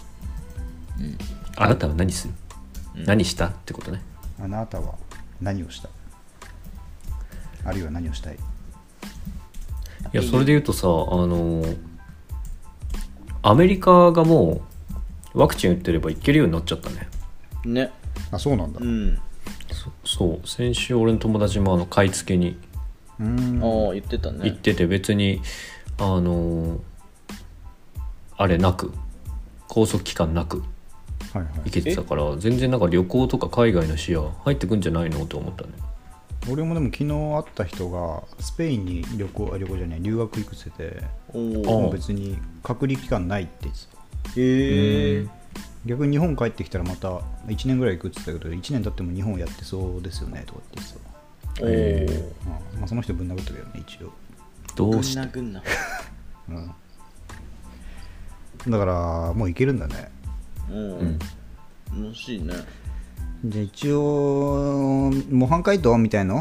Speaker 1: あなたは何する、何したってことね。
Speaker 2: あなたは何をしたあるいは何をしたい
Speaker 1: いやそれで言うとさあのアメリカがもうワクチン打ってれば行けるようになっちゃったね
Speaker 3: ね
Speaker 2: あそうなんだ
Speaker 3: うん
Speaker 1: そう先週俺の友達もあの買い付けに
Speaker 2: うん
Speaker 3: ああ言ってたね
Speaker 1: 行ってて別にあのあれなく拘束期間なく
Speaker 2: はいはい
Speaker 1: 行けてたから全然なんか旅行とか海外の視野入ってくんじゃないのと思ったね
Speaker 2: 俺もでも昨日会った人がスペインに旅行あ旅行じゃない留学行くって言ってて
Speaker 3: お
Speaker 1: あ
Speaker 3: お
Speaker 2: もう別に隔離期間ないって言ってた
Speaker 3: へえ
Speaker 2: 逆に日本帰ってきたらまた1年ぐらい行くって言ってたけど1年経っても日本やってそうですよねとかって言って
Speaker 3: おお
Speaker 2: た、うんまあ、その人ぶん殴ったけどね一応、
Speaker 1: ど
Speaker 3: ぐ
Speaker 1: うんし
Speaker 3: な
Speaker 1: て
Speaker 3: ぐんな
Speaker 2: うん、だからもう行けるんだね
Speaker 3: うん楽しいね
Speaker 2: じゃあ一応模範解答みたいの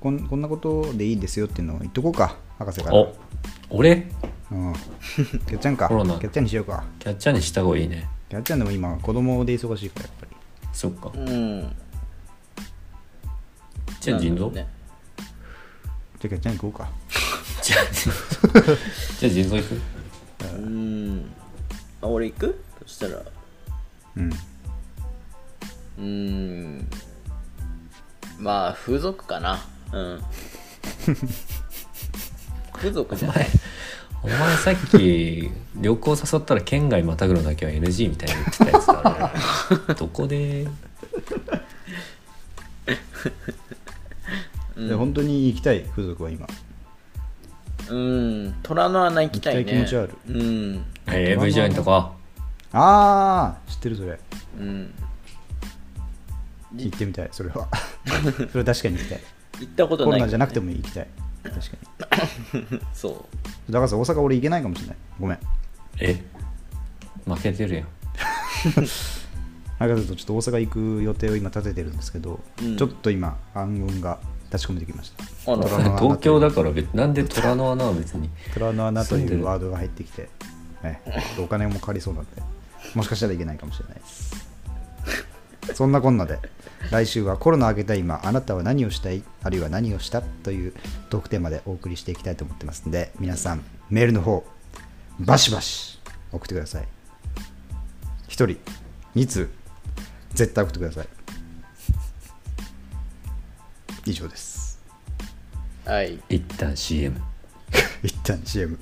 Speaker 2: こんこんなことでいいですよっていうのを言っとこうか博士から
Speaker 1: お俺
Speaker 2: うん、 キャッチャンか。キ
Speaker 1: コロナ
Speaker 2: ャッチャンにしようか。
Speaker 1: キャッチャーにした方がいいね
Speaker 2: キャッチャンでも今、子供で忙しいから、やっぱり。
Speaker 1: そっか
Speaker 3: うん
Speaker 1: じゃあ腎臓、
Speaker 3: ね
Speaker 2: じゃあ、キャッチャン行こうか。
Speaker 1: じゃあじゃあ腎臓行く
Speaker 3: うんあ俺行くそしたら
Speaker 2: うん
Speaker 3: うーんまあ風俗かなうん 風俗じゃない
Speaker 1: お前さっき旅行誘ったら県外またぐのだけは NG みたいに言ってたやつだね どこで
Speaker 2: で本当に行きたい風俗は今
Speaker 3: うん虎の穴行きたいね
Speaker 2: 行きたい気持ちはある
Speaker 3: うん
Speaker 1: えー AV ジョインとか
Speaker 2: ああ知ってるそれ
Speaker 3: うん
Speaker 2: 行ってみたいそれ はそれは確かに行きたい
Speaker 3: 行ったこと
Speaker 2: コ
Speaker 3: な
Speaker 2: ロ
Speaker 3: い
Speaker 2: ナじゃなくても行きたい確かに
Speaker 3: そ
Speaker 2: だからさ大阪俺行けないかもしれないごめん
Speaker 1: え負けてるやん
Speaker 2: 博士とちょっと大阪行く予定を今立ててるんですけど、
Speaker 3: うん
Speaker 2: ちょっと今暗雲が立ち込めてきました
Speaker 3: うあら
Speaker 2: 虎の穴という
Speaker 1: 東京だから別なんで虎の穴は別に
Speaker 2: 虎の穴と
Speaker 1: 住ん
Speaker 2: い
Speaker 1: で
Speaker 2: う
Speaker 1: る
Speaker 2: ワードが入ってきて、ね、ちょっとお金もかかりそうなんでもしかしたらいけないかもしれないですそんなこんなで来週はコロナ明けた今あなたは何をしたいあるいは何をしたというトークテーマでお送りしていきたいと思ってますので皆さんメールの方バシバシ送ってください1人2通絶対送ってください以上です
Speaker 3: はい
Speaker 1: 一旦 CM
Speaker 2: 一旦 CM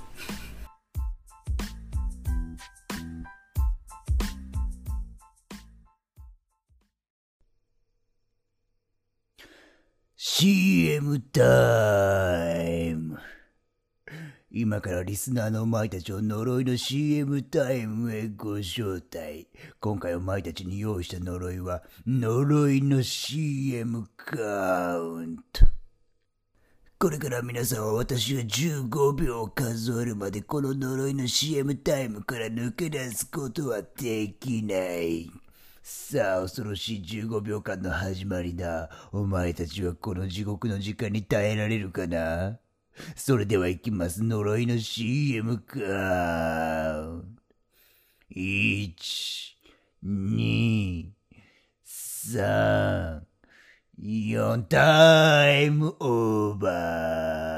Speaker 4: 今からリスナーのお前たちを呪いの CM タイムへご招待。今回お前たちに用意した呪いは、呪いの CM カウント。これから皆さんは私が15秒を数えるまでこの呪いの CM タイムから抜け出すことはできない。さあ、恐ろしい15秒間の始まりだ。お前たちはこの地獄の時間に耐えられるかなそれでは行きます。呪いの CM か。一、二、三、四タイムオーバー。